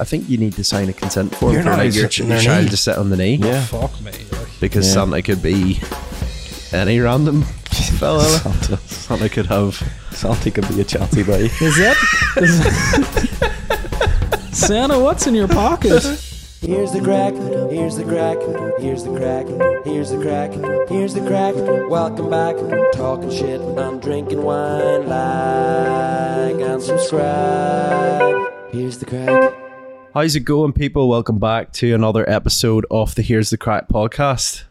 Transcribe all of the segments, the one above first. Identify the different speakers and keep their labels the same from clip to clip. Speaker 1: I think you need to sign a consent form
Speaker 2: You're
Speaker 1: for
Speaker 2: not
Speaker 1: like your, ch-
Speaker 2: accepting
Speaker 1: your
Speaker 2: their
Speaker 1: child
Speaker 2: knee.
Speaker 1: to sit on the knee
Speaker 2: Yeah.
Speaker 3: Fuck me. Like,
Speaker 1: because
Speaker 2: Yeah.
Speaker 1: Santa could be any random fella.
Speaker 2: Santa,
Speaker 1: Santa could have.
Speaker 2: Santa could be a chatty boy.
Speaker 3: is that is- Santa? What's in your pocket?
Speaker 4: Here's the crack, here's the crack, here's the crack, here's the crack, here's the crack. Welcome back, talking shit, I'm drinking wine, like and subscribe. Here's the crack.
Speaker 1: How's it going, people? Welcome back to another episode of the Here's the Crack podcast.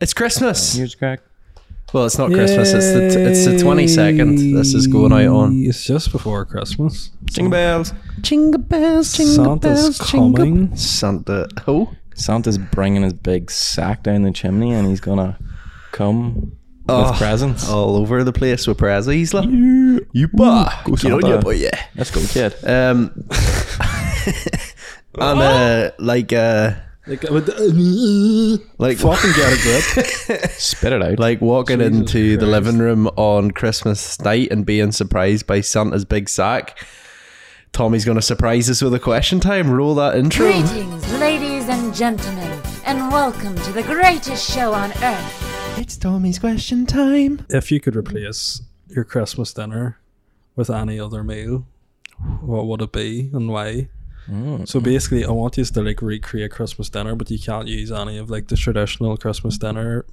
Speaker 1: It's Christmas.
Speaker 2: Here's crack.
Speaker 1: Well, it's not Christmas. It's the t- it's the twenty second. This is going out on.
Speaker 3: It's just before Christmas.
Speaker 2: Jingle bells.
Speaker 1: Jingle bells,
Speaker 3: Santa's coming.
Speaker 1: Santa. Oh,
Speaker 2: Santa's bringing his big sack down the chimney and he's gonna come
Speaker 1: Oh.
Speaker 2: with presents.
Speaker 1: all over the place with prezzies. Like, you bah.
Speaker 2: Go
Speaker 1: Get on
Speaker 2: Santa.
Speaker 1: ya, boy, yeah.
Speaker 2: Let's go, kid.
Speaker 1: Um, and uh, like uh,
Speaker 3: Like, uh, fucking
Speaker 1: like
Speaker 3: get a grip.
Speaker 2: Spit it out.
Speaker 1: like walking
Speaker 3: Jesus
Speaker 1: into the
Speaker 3: Christ.
Speaker 1: living room on Christmas night and being surprised by Santa's big sack. Tommy's gonna surprise us with a question time. Roll that intro.
Speaker 5: Greetings, ladies and gentlemen, and welcome to the greatest show on earth.
Speaker 1: It's Tommy's question time.
Speaker 3: If you could replace your Christmas dinner with any other meal, what would it be and why? So basically, I want you to like recreate Christmas dinner, but you can't use any of like the traditional Christmas dinner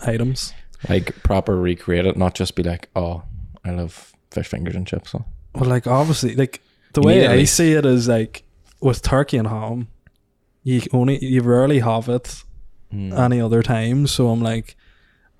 Speaker 3: items.
Speaker 2: Like, proper recreate it, not just be like, oh, I love fish fingers and chips. So.
Speaker 3: Well, like obviously, like the
Speaker 2: You need
Speaker 3: way
Speaker 2: at
Speaker 3: I
Speaker 2: least-
Speaker 3: see it is like with turkey and ham, you only you rarely have it
Speaker 2: Hmm.
Speaker 3: any other time. So I'm like,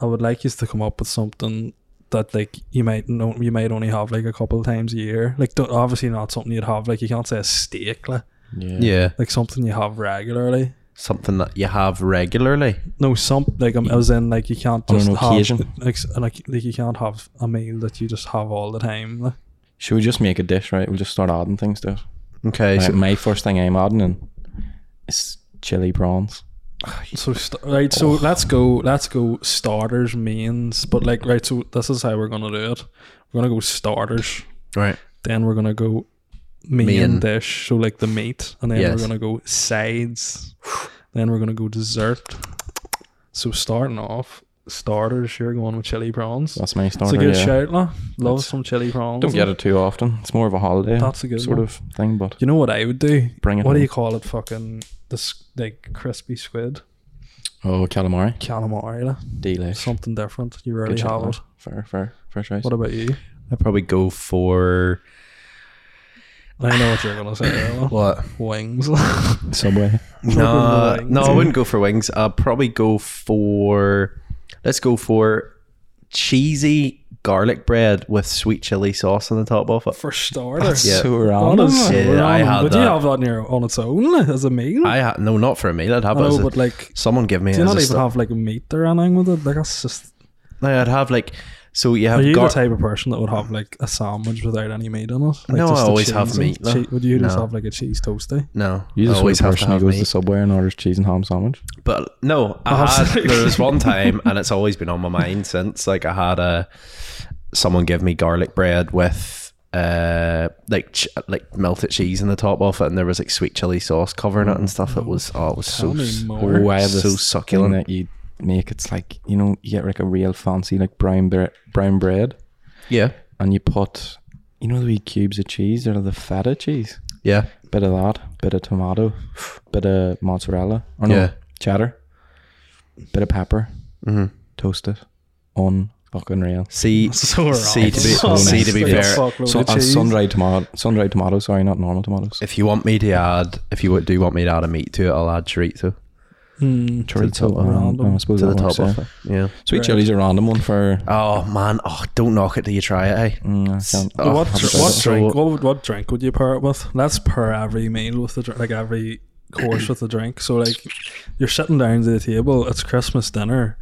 Speaker 3: I would like you to come up with something that like you might know you might only have like a couple of times a year. Like don't, obviously not something you'd have. Like you can't say a steak, like,
Speaker 1: Yeah,
Speaker 3: like something you have regularly.
Speaker 1: something that you have regularly.
Speaker 3: No, some like I'm, I was in like you can't
Speaker 2: On
Speaker 3: just
Speaker 2: an
Speaker 3: have
Speaker 2: occasion.
Speaker 3: like, s- like like you can't have a meal that you just have all the time. Like.
Speaker 2: Should we just make a dish, right? We'll just start adding things to it.
Speaker 1: Okay,
Speaker 2: Right,
Speaker 1: so
Speaker 2: my first thing I'm adding in is chili prawns.
Speaker 3: So st- right, so
Speaker 2: Oh.
Speaker 3: let's go. Let's go starters, mains, but like right. So this is how we're gonna do it. We're gonna go starters,
Speaker 1: right.
Speaker 3: then we're gonna go main,
Speaker 1: Main.
Speaker 3: dish, so like the meat, and then
Speaker 1: Yes.
Speaker 3: we're gonna go sides. then we're gonna go dessert. So starting off starters, you're going with chili prawns.
Speaker 2: That's my
Speaker 3: it's a
Speaker 2: starter.
Speaker 3: good
Speaker 2: yeah.
Speaker 3: shout, lah. Love
Speaker 2: That's-
Speaker 3: some chili prawns.
Speaker 2: Don't get it too often. It's more of a holiday
Speaker 3: That's a good
Speaker 2: sort
Speaker 3: one.
Speaker 2: of thing, but
Speaker 3: You know what I would do?
Speaker 2: Bring it
Speaker 3: What do
Speaker 2: home.
Speaker 3: you call it? Fucking this like crispy squid
Speaker 2: oh, calamari,
Speaker 3: calamari, lah.
Speaker 2: delay.
Speaker 3: Something different. You rarely have it.
Speaker 2: Fair, fair, fair choice.
Speaker 3: What about you?
Speaker 1: I'd probably go for
Speaker 3: I know what you're gonna say. Ella.
Speaker 1: what?
Speaker 3: Wings.
Speaker 2: Subway.
Speaker 1: No,
Speaker 3: wings.
Speaker 1: Uh, no, I wouldn't go for wings. I'd probably go for let's go for cheesy garlic bread with sweet chili sauce on the top of it.
Speaker 3: For starters.
Speaker 1: Yeah.
Speaker 2: So
Speaker 3: On
Speaker 2: random.
Speaker 3: us,
Speaker 1: Yeah,
Speaker 3: we're
Speaker 1: I
Speaker 3: on-
Speaker 1: had
Speaker 3: Would
Speaker 1: that.
Speaker 3: you have that on your on its own as a meal?
Speaker 1: I ha- no, not for a meal. I'd have
Speaker 3: I
Speaker 1: it as
Speaker 3: know,
Speaker 1: a,
Speaker 3: but like,
Speaker 1: someone give me.
Speaker 3: do you
Speaker 1: as
Speaker 3: not
Speaker 1: a
Speaker 3: even
Speaker 1: sta-
Speaker 3: have like meat or anything with it? Like that's just.
Speaker 1: No, I'd have like so you
Speaker 3: Are
Speaker 1: have
Speaker 3: you
Speaker 1: gar-
Speaker 3: the type of person that would have like a sandwich without any meat in it? Like,
Speaker 1: No,
Speaker 3: just
Speaker 1: I
Speaker 3: the
Speaker 1: always have
Speaker 3: cheese and-
Speaker 1: meat, no.
Speaker 3: che- would you just
Speaker 1: No.
Speaker 3: have like a cheese toasty?
Speaker 1: no.
Speaker 2: You
Speaker 1: I always
Speaker 2: just always
Speaker 1: have to
Speaker 2: person who
Speaker 1: have
Speaker 2: goes to
Speaker 1: meat.
Speaker 2: Subway and orders cheese and ham sandwich.
Speaker 1: But no,
Speaker 3: Oh,
Speaker 1: I had,
Speaker 3: Absolutely.
Speaker 1: there was one time, and it's always been on my mind since. Like I had a someone give me garlic bread with uh like ch- like melted cheese in the top of it, and there was like sweet chili sauce covering it and stuff. It was oh, it was so
Speaker 3: Tell me more.
Speaker 2: Oh, I have this
Speaker 1: so
Speaker 2: thing
Speaker 1: succulent.
Speaker 2: that you make. It's like you know, you get like a real fancy like brown bre- brown bread,
Speaker 1: yeah,
Speaker 2: and you put, you know, the wee cubes of cheese. They're the feta cheese.
Speaker 1: yeah,
Speaker 2: Bit of that, bit of tomato, bit of mozzarella, or no,
Speaker 1: Yeah.
Speaker 2: cheddar, bit of pepper, toast it on fucking real.
Speaker 1: Mm-hmm. See,
Speaker 3: So
Speaker 1: see to be
Speaker 3: wrong.
Speaker 1: see to be
Speaker 3: Honestly,
Speaker 1: fair.
Speaker 3: fuck load
Speaker 2: So
Speaker 3: of
Speaker 2: uh,
Speaker 3: cheese.
Speaker 2: sun-dried tomato, sun-dried tomato. Sorry, not normal tomatoes.
Speaker 1: If you want me to add, if you do want me to add a meat to it, I'll add chorizo
Speaker 3: Mm.
Speaker 2: Chorizo,
Speaker 3: top,
Speaker 2: um,
Speaker 3: random.
Speaker 2: I suppose
Speaker 1: to the
Speaker 2: that
Speaker 1: top
Speaker 2: works,
Speaker 1: of
Speaker 2: yeah.
Speaker 1: it. Yeah.
Speaker 2: Sweet chili's a random one for.
Speaker 1: Oh man, oh don't knock it till you try it. Eh?
Speaker 2: Mm, I can't-
Speaker 1: Oh,
Speaker 3: what
Speaker 1: I'm
Speaker 3: dr- what
Speaker 1: so-
Speaker 3: drink? What, would- what drink would you pair it with? Let's pair every meal with the dr- like every course with a drink. So like you're sitting down to the table. It's Christmas dinner.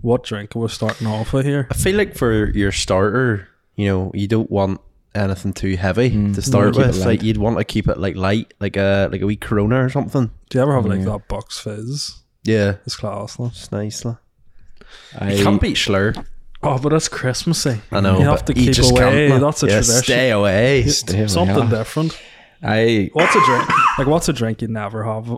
Speaker 3: What drink are we starting off with here?
Speaker 1: I feel like for your starter, you know, you don't want anything too heavy to start
Speaker 2: keep it
Speaker 1: with.
Speaker 2: light.
Speaker 1: Like you'd want to keep it like light, like a like a wee Corona or something.
Speaker 3: Do you ever have like
Speaker 1: Mm.
Speaker 3: that box fizz?
Speaker 1: Yeah,
Speaker 3: It's class. No?
Speaker 1: it's nice.
Speaker 2: I,
Speaker 1: You can't beat Slur.
Speaker 3: Oh, but it's Christmassy.
Speaker 1: I know.
Speaker 3: You have
Speaker 1: but
Speaker 3: to keep
Speaker 1: just can't,
Speaker 3: away.
Speaker 1: man.
Speaker 3: That's a
Speaker 1: yeah,
Speaker 3: tradition.
Speaker 1: Stay away.
Speaker 2: Stay away,
Speaker 3: Something
Speaker 2: yeah.
Speaker 3: different.
Speaker 2: I
Speaker 3: What's a drink? like, what's a drink you'd never have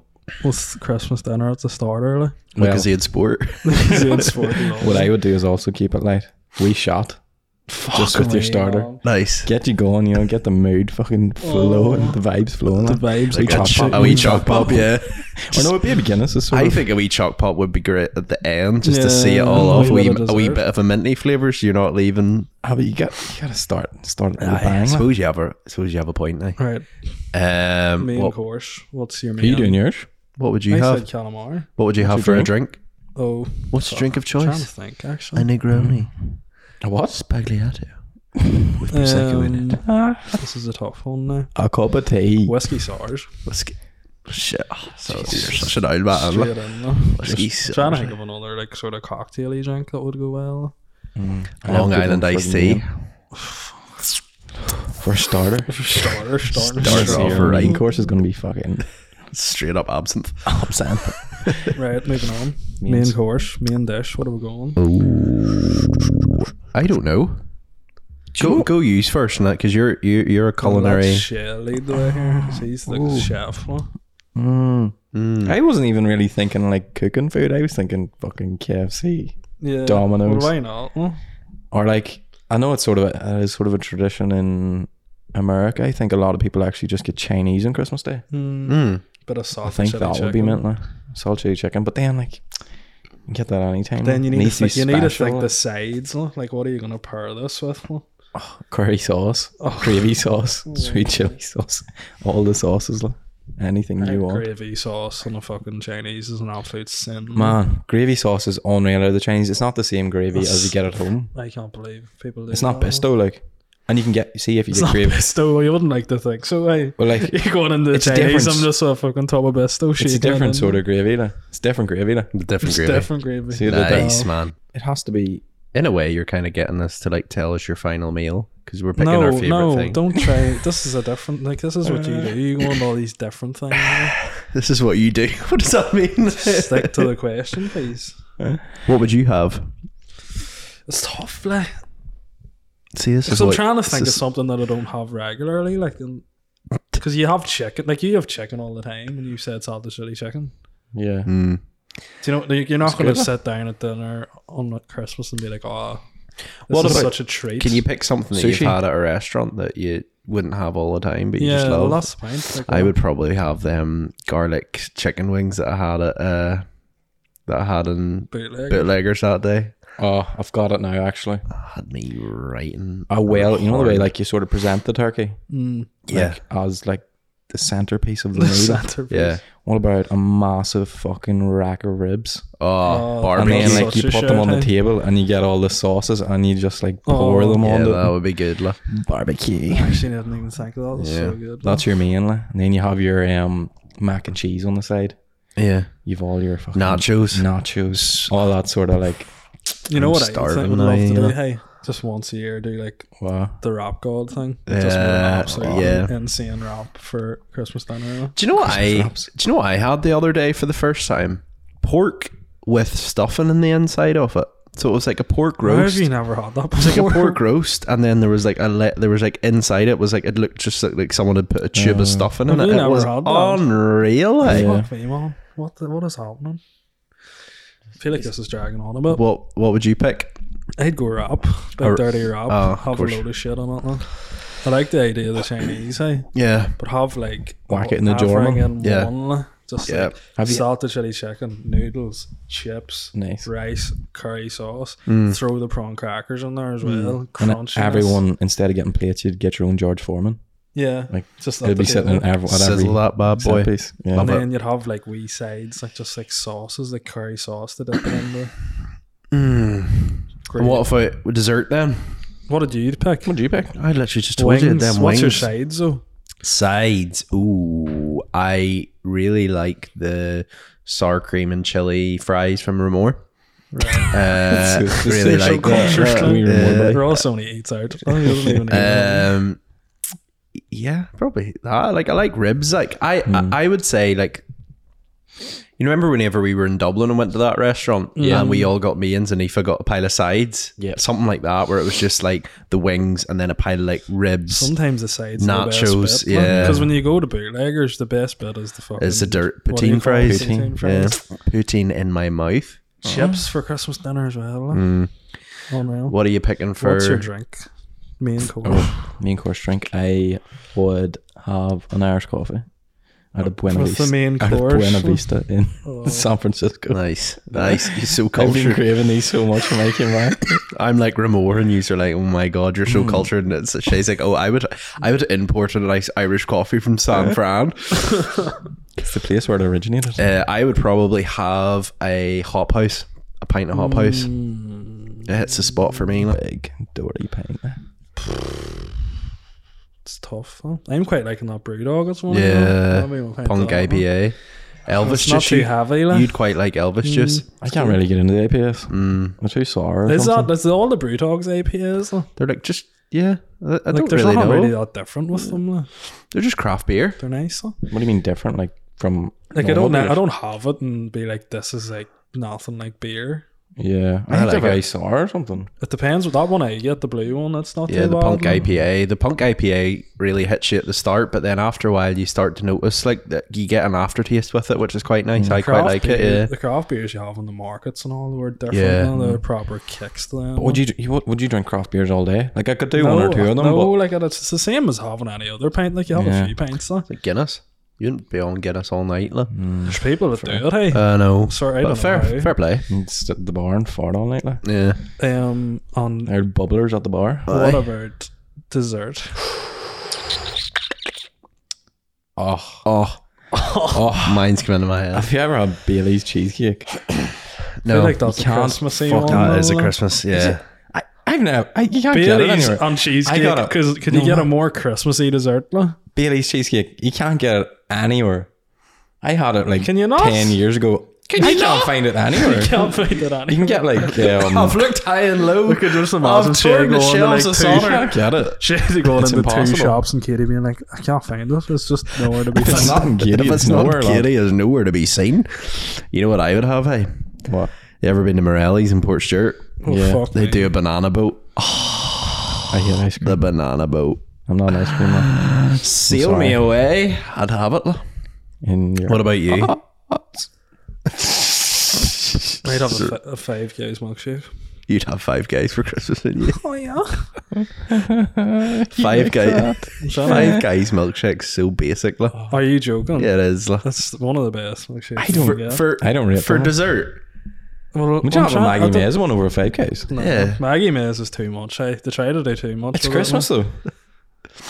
Speaker 3: with Christmas dinner at the start early?
Speaker 2: well,
Speaker 1: because he had sport.
Speaker 3: Because you had sport, you know.
Speaker 2: what I would do is also keep it light. We shot just with your
Speaker 3: me,
Speaker 2: starter.
Speaker 3: man.
Speaker 1: nice.
Speaker 2: Get you going, you know, get the mood fucking flowing, the vibes flowing.
Speaker 3: Oh. The
Speaker 2: like.
Speaker 3: vibes.
Speaker 1: Like
Speaker 3: are
Speaker 1: a, oh,
Speaker 3: good.
Speaker 1: ch- a wee chalk pop, yeah.
Speaker 2: Or no, it'd be a Guinness. It's sort
Speaker 1: I
Speaker 2: of-
Speaker 1: think a wee chalk pop would be great at the end, just to see it
Speaker 3: Yeah,
Speaker 1: all
Speaker 3: a
Speaker 1: off. A wee,
Speaker 3: wee bit of
Speaker 1: a wee
Speaker 3: dessert.
Speaker 1: bit of a minty flavour, so you're not leaving.
Speaker 2: Ah, but you got you gotta start start with a
Speaker 1: Aye, I
Speaker 2: bang. like.
Speaker 1: suppose you have a, I suppose you have a point now.
Speaker 3: Right,
Speaker 1: Um,
Speaker 3: main
Speaker 1: what,
Speaker 3: course. What's your
Speaker 2: Are
Speaker 3: main?
Speaker 2: you doing yours?
Speaker 1: what would
Speaker 3: I
Speaker 1: you have?
Speaker 3: said calamari.
Speaker 1: What would you have
Speaker 2: your
Speaker 1: for a drink?
Speaker 3: Oh,
Speaker 1: What's your drink of
Speaker 3: trying to
Speaker 1: choice?
Speaker 3: think.
Speaker 1: A
Speaker 3: Actually,
Speaker 1: Negroni.
Speaker 2: What?
Speaker 1: Spagliato. With Prosecco in it.
Speaker 3: Um, this is a tough one now.
Speaker 2: A cup of tea.
Speaker 3: Whiskey sours.
Speaker 1: Whiskey. Shit. oh, so you're such an old man.
Speaker 3: Straight in. though.
Speaker 1: Whiskey
Speaker 3: Just Trying to
Speaker 1: sours.
Speaker 3: think of another like sort of cocktaily drink that would go well.
Speaker 2: I
Speaker 1: Long
Speaker 2: have to go
Speaker 1: Island
Speaker 2: for
Speaker 1: iced
Speaker 2: Mm. the
Speaker 1: tea.
Speaker 2: meal. For a starter.
Speaker 3: Starter, starter,
Speaker 1: Starter.
Speaker 3: straw.
Speaker 1: off
Speaker 2: Your main
Speaker 1: right.
Speaker 2: course is gonna be fucking
Speaker 1: Straight up absinthe.
Speaker 2: absent.
Speaker 3: Right, moving on.
Speaker 2: Mains.
Speaker 3: Main course, main dish. What are we going?
Speaker 1: I don't know. Go go use first on that because you're you, you're a
Speaker 3: Oh,
Speaker 1: culinary.
Speaker 3: Shea lead the way here. She's the chef. One.
Speaker 2: Mm.
Speaker 3: Hmm.
Speaker 2: I wasn't even really thinking like cooking food. I was thinking fucking KFC
Speaker 3: Yeah.
Speaker 2: Dominoes.
Speaker 3: Well, why not? Well,
Speaker 2: or like I know it's sort of a, it is sort of a tradition in America. I think a lot of people actually just get Chinese on Christmas Day.
Speaker 1: Mm.
Speaker 3: Bit of
Speaker 2: I
Speaker 3: sausage.
Speaker 2: think
Speaker 3: chili
Speaker 2: that would be
Speaker 3: Hmm. chicken.
Speaker 2: meant like salted chicken. But then like you can get that anytime.
Speaker 3: Then you need to
Speaker 2: Needs
Speaker 3: think,
Speaker 2: be
Speaker 3: you need to
Speaker 2: Mm, special,
Speaker 3: think
Speaker 2: like
Speaker 3: the sides. like- Like, what are you gonna pair this with? Well,
Speaker 2: curry sauce,
Speaker 3: Oh.
Speaker 2: gravy sauce, sweet chili sauce, all the sauces, like, anything you want.
Speaker 3: gravy sauce on a fucking Chinese is an absolute sin.
Speaker 2: Man, gravy sauce is unreal out of the Chinese. It's not the same gravy as you get at home.
Speaker 3: I can't believe people. Do
Speaker 2: It's not
Speaker 3: that.
Speaker 2: pesto, like, and you can get see if you
Speaker 3: It's
Speaker 2: get
Speaker 3: not
Speaker 2: gravy.
Speaker 3: pesto. You wouldn't like to think so. I.
Speaker 2: Well, like
Speaker 3: You're going into the
Speaker 2: It's a
Speaker 3: Chinese.
Speaker 2: different-
Speaker 3: I'm just a fucking top of pesto.
Speaker 2: it's a different sort of gravy, like. It's different gravy, like.
Speaker 1: Different
Speaker 3: It's
Speaker 1: gravy.
Speaker 3: different gravy.
Speaker 2: See, they're
Speaker 1: Nice
Speaker 2: different.
Speaker 1: man.
Speaker 2: It has to be.
Speaker 1: In a way, you're kind of getting us to like tell us your final meal because we're picking our
Speaker 3: no,
Speaker 1: favorite
Speaker 3: no,
Speaker 1: thing.
Speaker 3: don't try. This is a different. Like this is what
Speaker 2: Uh.
Speaker 3: you do. You go into all these different things.
Speaker 1: This is what you do. What does that mean?
Speaker 3: Stick to the question, please.
Speaker 1: what would you have?
Speaker 3: It's tough, like.
Speaker 1: See, this is
Speaker 3: So I'm
Speaker 1: what-
Speaker 3: trying to
Speaker 1: this
Speaker 3: think of
Speaker 1: is-
Speaker 3: something that I don't have regularly, like because you have chicken, like you have chicken all the time, and you said salted chili chicken.
Speaker 2: Yeah.
Speaker 1: Mm.
Speaker 3: Do you know like, you're not going to
Speaker 2: good.
Speaker 3: sit down at dinner on like, Christmas and be like, "Oh, this
Speaker 1: What
Speaker 3: is
Speaker 1: about-
Speaker 3: such a treat."
Speaker 1: Can you pick something that you've
Speaker 2: Sushi.
Speaker 1: had at a restaurant that you wouldn't have all the time, but you
Speaker 3: yeah,
Speaker 1: just
Speaker 3: well,
Speaker 1: love?
Speaker 3: that's fine. Like,
Speaker 1: I would probably have them garlic chicken wings that I had at uh, that I had in
Speaker 3: bootleg.
Speaker 1: bootleggers that day.
Speaker 2: Oh, I've got it now. Actually,
Speaker 1: Had me writing.
Speaker 2: a whale. You know the way, like you sort of present the turkey
Speaker 3: Mm,
Speaker 1: yeah,
Speaker 2: like, as like the centerpiece of the
Speaker 3: the
Speaker 2: meal. like.
Speaker 3: centerpiece.
Speaker 1: yeah.
Speaker 2: What about a massive fucking rack of ribs?
Speaker 1: Oh,
Speaker 3: Oh,
Speaker 2: And
Speaker 1: barbecue.
Speaker 2: then
Speaker 3: Barbecue.
Speaker 2: like you
Speaker 3: Such a
Speaker 2: put them on
Speaker 3: shout-out.
Speaker 2: the table and you get all the sauces and you just like pour
Speaker 3: Oh.
Speaker 2: them
Speaker 1: yeah,
Speaker 2: on the
Speaker 1: that would be good. Like.
Speaker 2: barbecue.
Speaker 3: Actually, I didn't even think of that. That's so
Speaker 1: Yeah.
Speaker 3: good.
Speaker 2: That's your main, like. and then you have your um mac and cheese on the side.
Speaker 1: Yeah,
Speaker 2: You've all your fucking
Speaker 1: nachos.
Speaker 2: nachos, all that sort of like
Speaker 3: you know
Speaker 1: I'm
Speaker 3: what I think I
Speaker 1: starving uh,
Speaker 3: would
Speaker 1: now,
Speaker 3: love to
Speaker 1: you
Speaker 3: do.
Speaker 1: know.
Speaker 3: Hey, just once a year, do like
Speaker 2: wow.
Speaker 3: the rap god thing. just make an
Speaker 1: Yeah,
Speaker 3: absolute
Speaker 1: yeah.
Speaker 3: insane rap for Christmas dinner.
Speaker 1: Do you know what I?
Speaker 2: wraps.
Speaker 1: Do you know what I had the other day for the first time? Pork with stuffing in the inside of it. So it was like a pork
Speaker 3: Why have
Speaker 1: roast.
Speaker 3: you never had that
Speaker 1: It was
Speaker 3: before?
Speaker 1: like a pork roast, and then there was like a le- there was like inside it was like it looked just like, like someone had put a tube of stuffing in
Speaker 3: Have
Speaker 1: it.
Speaker 3: you
Speaker 1: It
Speaker 3: never
Speaker 1: was
Speaker 3: had that?
Speaker 1: unreal. like.
Speaker 2: Yeah.
Speaker 3: Fuck me, man. What the, what is happening? I feel like this is dragging on a bit.
Speaker 1: What what would you pick?
Speaker 3: I'd go rap, big
Speaker 1: Or-
Speaker 3: dirty rap,
Speaker 2: Ah,
Speaker 1: Oh, of
Speaker 3: have a
Speaker 1: course.
Speaker 3: load of shit on it. Like. I like the idea of the Chinese, hey,
Speaker 1: Yeah,
Speaker 3: but have like
Speaker 2: Whack it in the
Speaker 3: everything
Speaker 2: jar, man.
Speaker 3: in
Speaker 1: Yeah.
Speaker 3: one, like, just
Speaker 1: Yeah.
Speaker 3: like
Speaker 2: Have you-
Speaker 3: salted chili chicken, noodles, chips,
Speaker 2: Nice. Mm.
Speaker 3: rice, curry sauce. Throw the prawn crackers in there as well.
Speaker 2: And
Speaker 3: Crunchiness.
Speaker 2: everyone instead of getting plates, you'd get your own George Foreman.
Speaker 3: yeah,
Speaker 2: Like
Speaker 3: just at
Speaker 2: It'd
Speaker 3: the
Speaker 2: be sitting in
Speaker 3: table.
Speaker 2: every, at every
Speaker 1: sizzle that bad
Speaker 2: set
Speaker 1: boy.
Speaker 2: piece. Yeah.
Speaker 1: Love
Speaker 3: And
Speaker 1: it.
Speaker 3: then you'd have like wee sides, like just like sauces, like curry sauce to dip it in with. Great.
Speaker 1: And Hmm. what if I dessert then?
Speaker 3: What did you pick?
Speaker 1: do you pick? I literally just told
Speaker 3: wings.
Speaker 1: you them
Speaker 3: What's
Speaker 1: wings.
Speaker 3: your sides though?
Speaker 1: Sides. Ooh, I really like the sour cream and chili fries from Remore. Uh,
Speaker 2: It's- it's
Speaker 1: really
Speaker 2: social
Speaker 1: like that.
Speaker 2: culture stuff. We Remore, buddy.
Speaker 3: We're all so many eats out. Oh, you don't even need that.
Speaker 1: Um, Ah,
Speaker 3: Hmm.
Speaker 1: yeah, probably. I like I like ribs. Like I, I I would say like You remember whenever we were in Dublin and went to that restaurant,
Speaker 3: Yeah.
Speaker 1: and we all got means, and Aoife got a pile of sides,
Speaker 6: Yeah.
Speaker 1: something like that, where it was just like the wings and then a pile of like ribs.
Speaker 3: Sometimes the sides
Speaker 1: Nachos, yeah.
Speaker 3: Because when you go to bootleggers, the best bit is the fucking
Speaker 1: Is the dirt
Speaker 3: what do you
Speaker 1: poutine
Speaker 3: call it?
Speaker 1: fries?
Speaker 3: Poutine
Speaker 1: Yeah,
Speaker 3: fries.
Speaker 1: poutine in my mouth. Hmm.
Speaker 3: Chips for Christmas dinner as well. like. Unreal.
Speaker 1: Mm. What are you picking for? Oh,
Speaker 3: What's your drink? Main course.
Speaker 2: Main course drink. I would have an Irish coffee out of Buena
Speaker 3: What's
Speaker 2: Vista.
Speaker 3: the main
Speaker 2: out of
Speaker 3: course?
Speaker 2: Buena Vista in
Speaker 3: Oh.
Speaker 2: San Francisco.
Speaker 1: Nice, nice. You're so
Speaker 2: I've been
Speaker 1: cultured.
Speaker 2: craving these so much for making mine.
Speaker 1: I'm like Ramor, and you are like, oh my god, you're
Speaker 3: Hmm.
Speaker 1: so cultured. And it's she's like, oh, I would, I would import a nice Irish coffee from San Fran.
Speaker 2: It's the place where it originated.
Speaker 1: Uh, I would probably have a hop house, a pint of hop house.
Speaker 3: Hmm.
Speaker 1: It's a spot for me. like.
Speaker 2: Big dirty pint.
Speaker 3: It's tough. Though. I'm quite liking that brew dog. It's one.
Speaker 1: Yeah,
Speaker 3: of them.
Speaker 1: punk IPA. Elvis
Speaker 3: Oh, It's not
Speaker 1: juice.
Speaker 3: too
Speaker 1: you-
Speaker 3: heavy. Like. Hmm.
Speaker 1: You'd quite like Elvis juice.
Speaker 2: I can't really get into the APS. Mm. They're too sour. or
Speaker 3: Is
Speaker 2: something.
Speaker 3: that that's all the brew dogs APAs? Though?
Speaker 1: They're like just yeah. I, I
Speaker 3: Like
Speaker 1: don't
Speaker 3: there's
Speaker 1: really
Speaker 3: not
Speaker 1: know.
Speaker 3: really that different with them. Like.
Speaker 1: They're just craft beer.
Speaker 3: They're nice. Though.
Speaker 2: What do you mean different? Like from
Speaker 3: Like
Speaker 2: normal
Speaker 3: I don't know,
Speaker 2: beers?
Speaker 3: I don't have it and be like this is like nothing like beer.
Speaker 2: Yeah, I, think
Speaker 1: like
Speaker 2: they're very
Speaker 1: it.
Speaker 2: sour or something.
Speaker 3: It depends. With that one I get the blue one. That's not
Speaker 1: Yeah,
Speaker 3: too
Speaker 1: the
Speaker 3: bad,
Speaker 1: punk
Speaker 3: no.
Speaker 1: IPA. The punk IPA really hits you at the start, but then after a while, you start to notice like that you get an aftertaste with it, which is quite nice. I quite
Speaker 3: Craft
Speaker 1: like
Speaker 3: beer-
Speaker 1: it.
Speaker 3: The
Speaker 1: Yeah.
Speaker 3: craft beers you have in the markets and all were different.
Speaker 1: Yeah.
Speaker 3: Yeah, they're proper kicks to them.
Speaker 2: Would you dr- you- would you drink craft beers all day? Like I could do one or two of them.
Speaker 3: No,
Speaker 2: but
Speaker 3: like it's it's the same as having any other pint. Like you have
Speaker 2: Yeah.
Speaker 3: a few pints. Like.
Speaker 1: Like Guinness. You wouldn't be on Guinness all night, like.
Speaker 3: There's people that do it. Hey,
Speaker 1: Uh, no.
Speaker 3: Mm. Sorry,
Speaker 1: But
Speaker 3: I don't know
Speaker 1: fair,
Speaker 3: how.
Speaker 1: fair play.
Speaker 2: I'd sit at the bar and fart all night. Like.
Speaker 1: Yeah.
Speaker 3: um, on
Speaker 2: I had bubblers at the bar.
Speaker 3: what about dessert?
Speaker 2: Oh,
Speaker 1: Oh. Oh, mine's coming into my head.
Speaker 2: have you ever had Bailey's cheesecake?
Speaker 3: I
Speaker 1: No,
Speaker 3: feel like that's a
Speaker 2: can't
Speaker 3: Christmassy
Speaker 2: fuck
Speaker 3: one.
Speaker 1: no,
Speaker 3: though,
Speaker 1: it is Oh, a
Speaker 3: like.
Speaker 1: Christmas. Yeah,
Speaker 2: I, I've never. I, you can't get it
Speaker 3: Bailey's
Speaker 2: anywhere.
Speaker 3: on
Speaker 2: I got
Speaker 3: cheesecake.
Speaker 2: it.
Speaker 3: Because could
Speaker 2: No,
Speaker 3: you get a
Speaker 2: man.
Speaker 3: more Christmassy dessert? Like?
Speaker 2: Bailey's cheesecake. You can't get it anywhere. I had it like
Speaker 3: Can you not?
Speaker 2: ten years ago. I can't find it anywhere.
Speaker 3: Can't find it
Speaker 2: You
Speaker 3: anywhere.
Speaker 2: can get like um,
Speaker 1: looked high and low.
Speaker 3: We could just imagine Shay going to like two,
Speaker 2: you can't get it.
Speaker 3: Shay going
Speaker 2: It's
Speaker 3: into
Speaker 2: impossible.
Speaker 3: two shops and Katie being like, I can't find it. It's just nowhere to be
Speaker 2: It's
Speaker 3: found.
Speaker 2: not in Giddy,
Speaker 1: If
Speaker 2: it's,
Speaker 1: it's
Speaker 2: nowhere.
Speaker 1: not
Speaker 2: lad.
Speaker 1: Kitty, is nowhere to be seen. You know what I would have? Hey,
Speaker 2: What?
Speaker 1: you ever been to Morelli's in Port Stewart?
Speaker 3: Oh,
Speaker 2: Yeah,
Speaker 3: fuck
Speaker 1: They
Speaker 3: me.
Speaker 1: do a banana boat.
Speaker 2: I hate ice cream.
Speaker 1: The banana boat.
Speaker 2: I'm not an ice cream man.
Speaker 1: Seal me away. I'd have it.
Speaker 2: In your,
Speaker 1: What about you?
Speaker 3: I'd have a, fi- a five guys milkshake.
Speaker 1: You'd have five guys for Christmas, wouldn't you?
Speaker 3: Oh yeah.
Speaker 1: Five guys. Five guys milkshakes. So basic. Like.
Speaker 3: Oh. Are you joking?
Speaker 1: Yeah, it is. Like.
Speaker 3: That's one of the best milkshakes. I
Speaker 2: don't-
Speaker 1: For, for
Speaker 2: I don't rate
Speaker 1: for
Speaker 2: that.
Speaker 1: dessert.
Speaker 3: Well,
Speaker 2: Would you
Speaker 3: I'm
Speaker 2: have a
Speaker 3: trying- I
Speaker 2: Maggie
Speaker 3: don't-
Speaker 2: Mays one over a five guys?
Speaker 3: No,
Speaker 1: Yeah.
Speaker 3: Maggie Mays is too much. I, they try to do too much.
Speaker 2: It's
Speaker 3: with it,
Speaker 2: Christmas
Speaker 3: like.
Speaker 2: though.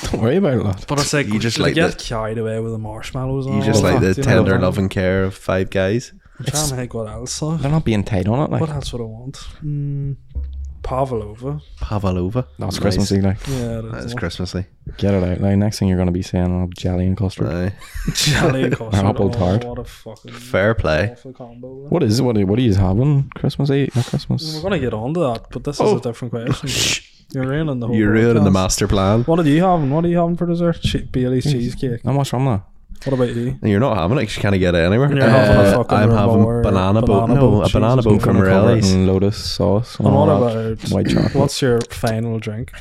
Speaker 2: Don't worry about it.
Speaker 3: But it's like
Speaker 1: You
Speaker 3: you
Speaker 1: just
Speaker 3: just
Speaker 1: like
Speaker 3: get
Speaker 1: the-
Speaker 3: carried away with the marshmallows. And
Speaker 2: Oh,
Speaker 1: You just
Speaker 3: all
Speaker 1: like the
Speaker 3: that, you know?
Speaker 1: tender love and care of five guys.
Speaker 3: I'm trying to think what else. though.
Speaker 2: They're not being tight on it. Like
Speaker 3: What else would I want? Mm, Pavlova.
Speaker 1: Pavlova.
Speaker 2: that's
Speaker 1: Nice.
Speaker 2: Christmassy. Like
Speaker 3: Yeah, that
Speaker 1: That's
Speaker 3: is
Speaker 1: Christmassy.
Speaker 2: get it out. Like next thing you're gonna be saying, I'll have jelly and custard.
Speaker 1: Aye.
Speaker 3: jelly and custard.
Speaker 2: Apple
Speaker 3: Oh,
Speaker 2: tart.
Speaker 3: What a fucking
Speaker 1: Fair play.
Speaker 3: awful combo. like.
Speaker 2: What is it? What are, what are you having Christmas Eve? Not Christmas.
Speaker 3: We're gonna get on to that, but this is a different question. You're ruining the whole.
Speaker 1: Oh. You're ruining the
Speaker 3: podcast.
Speaker 1: master plan.
Speaker 3: What are you having? What are you having for dessert? Che- Bailey's cheesecake.
Speaker 2: And what's wrong with
Speaker 3: What about you?
Speaker 1: You're not having it. 'cause You can't get it anywhere.
Speaker 3: You're having a fucking
Speaker 1: I'm having
Speaker 3: Ramor
Speaker 1: banana boat.
Speaker 3: banana
Speaker 1: No,
Speaker 3: boat,
Speaker 1: a banana
Speaker 3: Jesus,
Speaker 1: boat
Speaker 3: I'm
Speaker 1: from Mm.
Speaker 2: that? Cover it
Speaker 1: Morelli's.
Speaker 2: in lotus sauce. And
Speaker 3: And what
Speaker 2: all that.
Speaker 3: about
Speaker 2: white chocolate?
Speaker 3: what's your final drink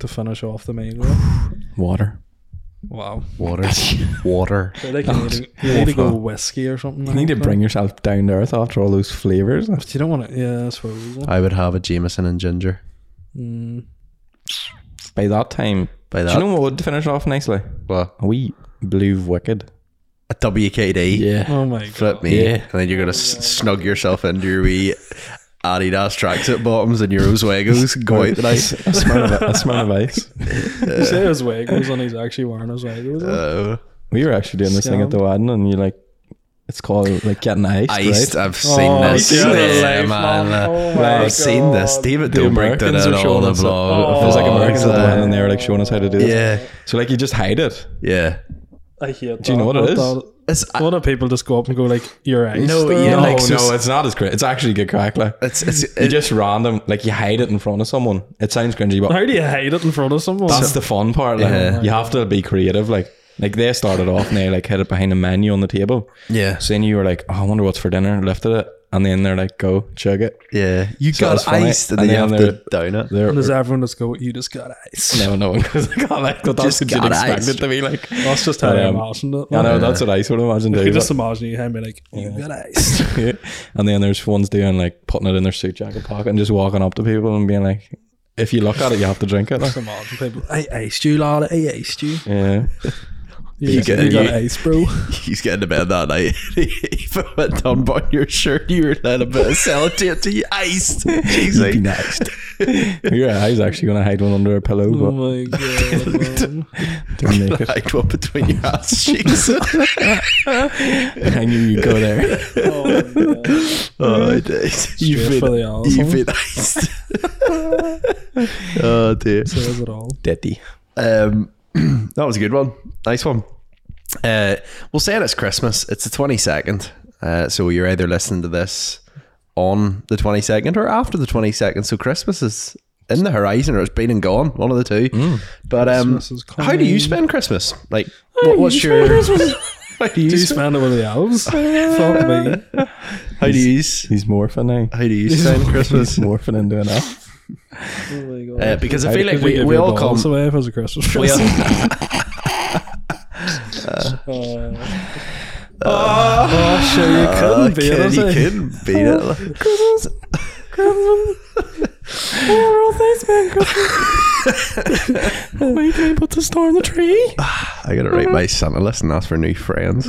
Speaker 3: to finish off the meal?
Speaker 2: water?
Speaker 3: wow,
Speaker 1: Water. Water.
Speaker 3: I feel like you need to, you need to go whiskey or something.
Speaker 2: You need to bring yourself down to earth after all those flavors.
Speaker 3: You don't want to. Yeah, I suppose.
Speaker 1: I would have a Jameson and ginger.
Speaker 3: Mm.
Speaker 2: By that time,
Speaker 1: By that,
Speaker 2: do you know what would finish off nicely?
Speaker 1: what?
Speaker 2: A wee blue wicked.
Speaker 1: A WKD.
Speaker 2: Yeah.
Speaker 3: Oh my god.
Speaker 1: Flip me.
Speaker 2: Yeah.
Speaker 1: And then you're going to s- snug yourself into your wee Adidas tracksuit bottoms and your Oswegos and go out the night.
Speaker 2: A smell of, a smell of ice.
Speaker 3: You say his waggles and he's actually wearing his waggles.
Speaker 1: Uh,
Speaker 2: We were actually doing this thing at the wedding, and you like, it's called like getting iced,
Speaker 1: iced.
Speaker 2: right?
Speaker 1: I've seen Oh, this.
Speaker 3: yeah,
Speaker 1: Yeah,
Speaker 3: life,
Speaker 1: man.
Speaker 3: man. Oh my
Speaker 1: I've seen this.
Speaker 3: God.
Speaker 1: David
Speaker 2: The
Speaker 1: Dobrik did
Speaker 2: Americans
Speaker 1: it
Speaker 2: are
Speaker 1: all
Speaker 2: showing
Speaker 1: the
Speaker 2: us it.
Speaker 1: vlog.
Speaker 2: There's like Americans at the
Speaker 1: Uh,
Speaker 2: wedding, and they were like showing us how to do this.
Speaker 1: Yeah.
Speaker 2: So like, you just hide it.
Speaker 1: Yeah.
Speaker 3: I hate.
Speaker 2: Do you know
Speaker 3: that.
Speaker 2: what it
Speaker 3: I
Speaker 2: is?
Speaker 3: thought-
Speaker 1: It's,
Speaker 3: A lot of people just go up and go like, "You're right."
Speaker 1: No,
Speaker 3: They're
Speaker 1: yeah,
Speaker 2: No,
Speaker 3: like,
Speaker 1: like, so-
Speaker 2: no, it's not as great. It's actually good crack. Like,
Speaker 1: it's, it's,
Speaker 2: you just random, like you hide it in front of someone. It sounds cringy, but
Speaker 3: How do you hide it in front of someone?
Speaker 2: that's the fun part. Like,
Speaker 1: Yeah.
Speaker 2: you have to be creative. Like, Like they started off and they like hid it behind a menu on the table.
Speaker 1: Yeah.
Speaker 2: So then you were like, oh, I wonder what's for dinner, lifted it, and then they're like, go chug it.
Speaker 1: Yeah. You
Speaker 2: So
Speaker 1: got
Speaker 2: it's funny.
Speaker 1: iced and then
Speaker 2: And
Speaker 1: you have
Speaker 2: then
Speaker 1: to down it.
Speaker 2: They're
Speaker 3: And does everyone just go, you just got ice?
Speaker 2: never knowing because I got like, "Oh, that's
Speaker 1: Just
Speaker 2: what you'd
Speaker 1: got
Speaker 2: expect
Speaker 1: iced.
Speaker 2: it to be like.
Speaker 3: That's just how I
Speaker 2: Um,
Speaker 3: imagined it.
Speaker 2: I know
Speaker 3: Like,
Speaker 2: that's what I sort of imagine
Speaker 3: if
Speaker 2: doing.
Speaker 3: you just imagine you hand me like, you got ice.
Speaker 2: yeah. And then there's ones doing like putting it in their suit jacket pocket and just walking up to people and being like, if you look at it, you have to drink it. like.
Speaker 3: Just imagine people, I iced you, lad. I iced you.
Speaker 2: Yeah.
Speaker 3: You,
Speaker 1: You
Speaker 3: just-
Speaker 1: get-
Speaker 3: you got
Speaker 1: you-
Speaker 3: ice, bro.
Speaker 1: He's getting to bed that night. if it went down on your shirt, you were letting a bit of sellotape to you iced. He's like, next.
Speaker 2: yeah, I was actually going to hide one under a pillow,
Speaker 3: oh
Speaker 2: but
Speaker 3: my god. man.
Speaker 2: didn't make it.
Speaker 1: Hide one between your ass cheeks.
Speaker 2: I knew you'd go there.
Speaker 3: Oh my god.
Speaker 1: oh, I did.
Speaker 3: Straight
Speaker 1: You've
Speaker 3: for
Speaker 1: been,
Speaker 3: the arse.
Speaker 1: you've been iced. oh, dear.
Speaker 3: Says it all.
Speaker 2: Daddy.
Speaker 1: Um, that was a good one. Nice one. Uh, we'll say it's Christmas. It's the 22nd. Uh, so you're either listening to this on the 22nd or after the 22nd. So Christmas is in the horizon or it's been and gone, one of the two. But um,
Speaker 3: Mm. Christmas is
Speaker 1: how do you
Speaker 3: coming.
Speaker 1: spend Christmas? Like, what, what's your. how do you,
Speaker 3: Do you
Speaker 1: spend?
Speaker 3: spend it with the elves? Fuck me.
Speaker 1: How do you,
Speaker 2: He's morphing now.
Speaker 1: how do you spend Christmas?
Speaker 2: He's morphing into an app.
Speaker 3: Oh my god.
Speaker 1: Uh, because I
Speaker 2: How
Speaker 1: feel
Speaker 2: do-
Speaker 1: like
Speaker 3: Did
Speaker 1: we,
Speaker 3: give
Speaker 1: we
Speaker 3: your
Speaker 1: all come.
Speaker 3: balls away if it was a Christmas
Speaker 1: We all,
Speaker 3: present. Uh, oh, sure you couldn't be
Speaker 1: kid, Ah, you
Speaker 3: anything.
Speaker 1: couldn't beat it.
Speaker 2: Were you able to storm the tree?
Speaker 3: Oh
Speaker 1: I gotta write my Santa list and ask for new friends.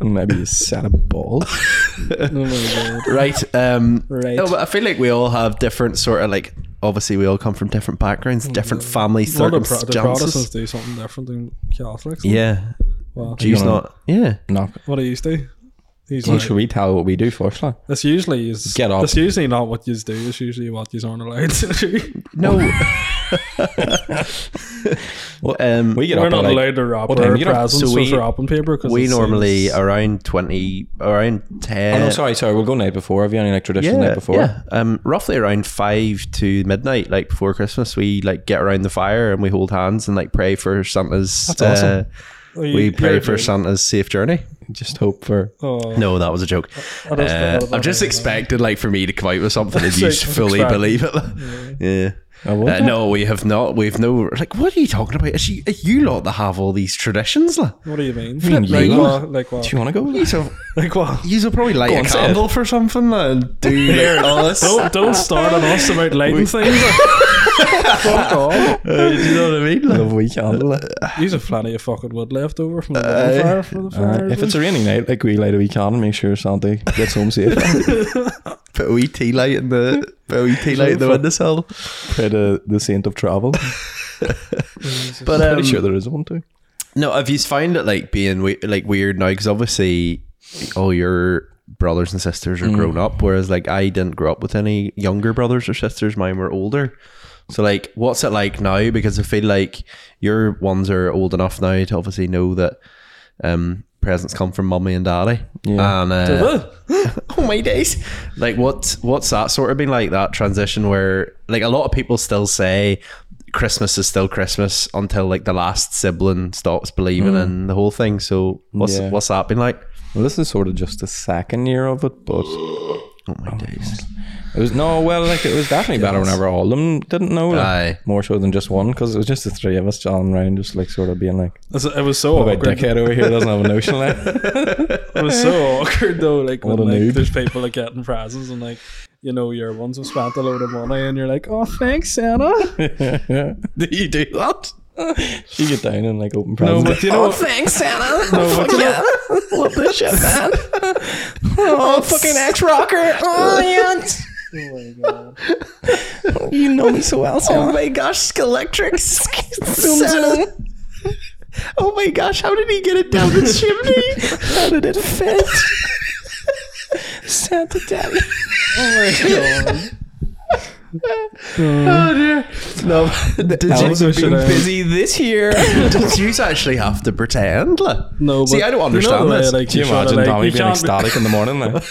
Speaker 2: Maybe you set a ball.
Speaker 3: Oh my god.
Speaker 1: right. Um,
Speaker 3: Right.
Speaker 1: No, but I feel like we all have different sort of like. Obviously, we all come from different backgrounds, different family
Speaker 3: Mm. Well, the, Pro- the Protestants
Speaker 1: circumstances.
Speaker 3: do something different than Catholics.
Speaker 1: Yeah,
Speaker 3: Well,
Speaker 1: Jews
Speaker 2: You know.
Speaker 1: not. Yeah,
Speaker 2: No.
Speaker 3: what do you do? He's
Speaker 2: Well,
Speaker 3: like,
Speaker 2: should we tell what we do first, like?
Speaker 3: That's usually is
Speaker 2: Get up.
Speaker 3: That's usually not what you do. It's usually what you aren't allowed to do.
Speaker 1: no. Oh. um,
Speaker 2: We get
Speaker 3: We're
Speaker 2: up
Speaker 3: not
Speaker 2: at, like,
Speaker 3: allowed to wrap
Speaker 2: what time
Speaker 3: our
Speaker 2: you get up?
Speaker 3: presents
Speaker 1: So
Speaker 3: with
Speaker 1: we-
Speaker 3: wrapping paper because
Speaker 1: we normally around twenty, around
Speaker 2: Oh,
Speaker 1: ten.
Speaker 2: no, sorry, sorry. We'll go night before. Have you any like
Speaker 1: Yeah,
Speaker 2: traditional night before?
Speaker 1: yeah. Um, roughly around five to midnight, like before Christmas, we like get around the fire and we hold hands and like pray for Santa's. uh,
Speaker 2: That's awesome.
Speaker 1: We pray for Santa's safe journey.
Speaker 2: Just hope for.
Speaker 3: Oh,
Speaker 1: No, that was a joke.
Speaker 3: I just
Speaker 1: Uh,
Speaker 3: thought about
Speaker 1: I've just
Speaker 3: that.
Speaker 1: expected like for me to come out with something and
Speaker 3: It's
Speaker 1: you
Speaker 3: like,
Speaker 1: fully
Speaker 3: expect-
Speaker 1: believe it. Yeah.
Speaker 2: I would,
Speaker 1: Uh,
Speaker 2: yeah.
Speaker 1: no, we have not. We've no. Like, what are you talking about? Is you, you lot that have all these traditions? Like,
Speaker 3: What do you mean?
Speaker 2: mean
Speaker 3: like
Speaker 2: you?
Speaker 3: what? Like what?
Speaker 2: Do you want to go?
Speaker 1: you so
Speaker 3: Like what?
Speaker 1: you'll probably light
Speaker 2: Go
Speaker 1: a
Speaker 2: on, say it.
Speaker 1: candle for something and do like, all this.
Speaker 3: Don't don't start on us about lighting things. Fuck off.
Speaker 1: Uh, do you know what I mean? Like,
Speaker 2: Love weekend.
Speaker 3: Use a plenty of fucking wood left over from the uh, fire for the fire.
Speaker 2: if it's a rainy night, like we light a weekend and make sure Santa gets home safe.
Speaker 1: put a wee tea light in the put a wee tea light in the windowsill.
Speaker 2: Pray to the saint of travel.
Speaker 1: But
Speaker 2: Pretty
Speaker 1: um,
Speaker 2: sure there is one too.
Speaker 1: No, have you found it like being we- like weird now? Because obviously, all your brothers and sisters are
Speaker 2: Mm.
Speaker 1: grown up, whereas like I didn't grow up with any younger brothers or sisters. Mine were older. So like, what's it like now? Because I feel like your ones are old enough now to obviously know that um, presents come from mummy and daddy.
Speaker 2: Yeah.
Speaker 1: And uh, oh my days! Like, what what's that sort of been like? That transition where like a lot of people still say Christmas is still Christmas until like the last sibling stops believing in the whole thing. So what's
Speaker 2: Yeah.
Speaker 1: what's that been like?
Speaker 2: Well, this is sort of just the second year of it, but
Speaker 1: Oh my days!
Speaker 2: it was no. Well, like it was definitely better whenever all of them didn't know. like,
Speaker 1: Aye.
Speaker 2: more so than just one, because it was just the three of us jolling around, just like sort of being like,
Speaker 3: It's- it was so
Speaker 2: "What about
Speaker 3: awkward.
Speaker 2: dickhead over here doesn't have a notion like."
Speaker 3: It was so awkward though. Like
Speaker 2: What
Speaker 3: when
Speaker 2: a
Speaker 3: like,
Speaker 2: noob.
Speaker 3: there's people like getting presents and like you know your ones have spent a load of money and you're like, oh thanks Santa.
Speaker 1: Do you do that?
Speaker 2: You get down and like open
Speaker 3: No,
Speaker 2: presents.
Speaker 3: but you know what?
Speaker 1: Oh, Thanks, Santa.
Speaker 3: No, but you know,
Speaker 1: Love this shit, man. oh, fucking ex rocker. Oh,
Speaker 2: you know me so well.
Speaker 1: Oh my gosh, Skeletrix. Santa. Oh my gosh, how did he get it down the chimney?
Speaker 2: How did it fit? Santa Daddy.
Speaker 3: oh my god.
Speaker 1: Oh dear. No, did
Speaker 3: How
Speaker 1: you
Speaker 3: was it, should I-
Speaker 1: this year? did you actually have to pretend? like?
Speaker 3: No,
Speaker 1: See,
Speaker 3: but
Speaker 1: I don't
Speaker 3: you know
Speaker 1: understand
Speaker 3: the way,
Speaker 1: this.
Speaker 3: like,
Speaker 2: Do you
Speaker 3: sort of,
Speaker 2: imagine
Speaker 3: like,
Speaker 2: Tommy
Speaker 3: you
Speaker 2: being
Speaker 3: can't be-
Speaker 2: ecstatic in the morning? Like,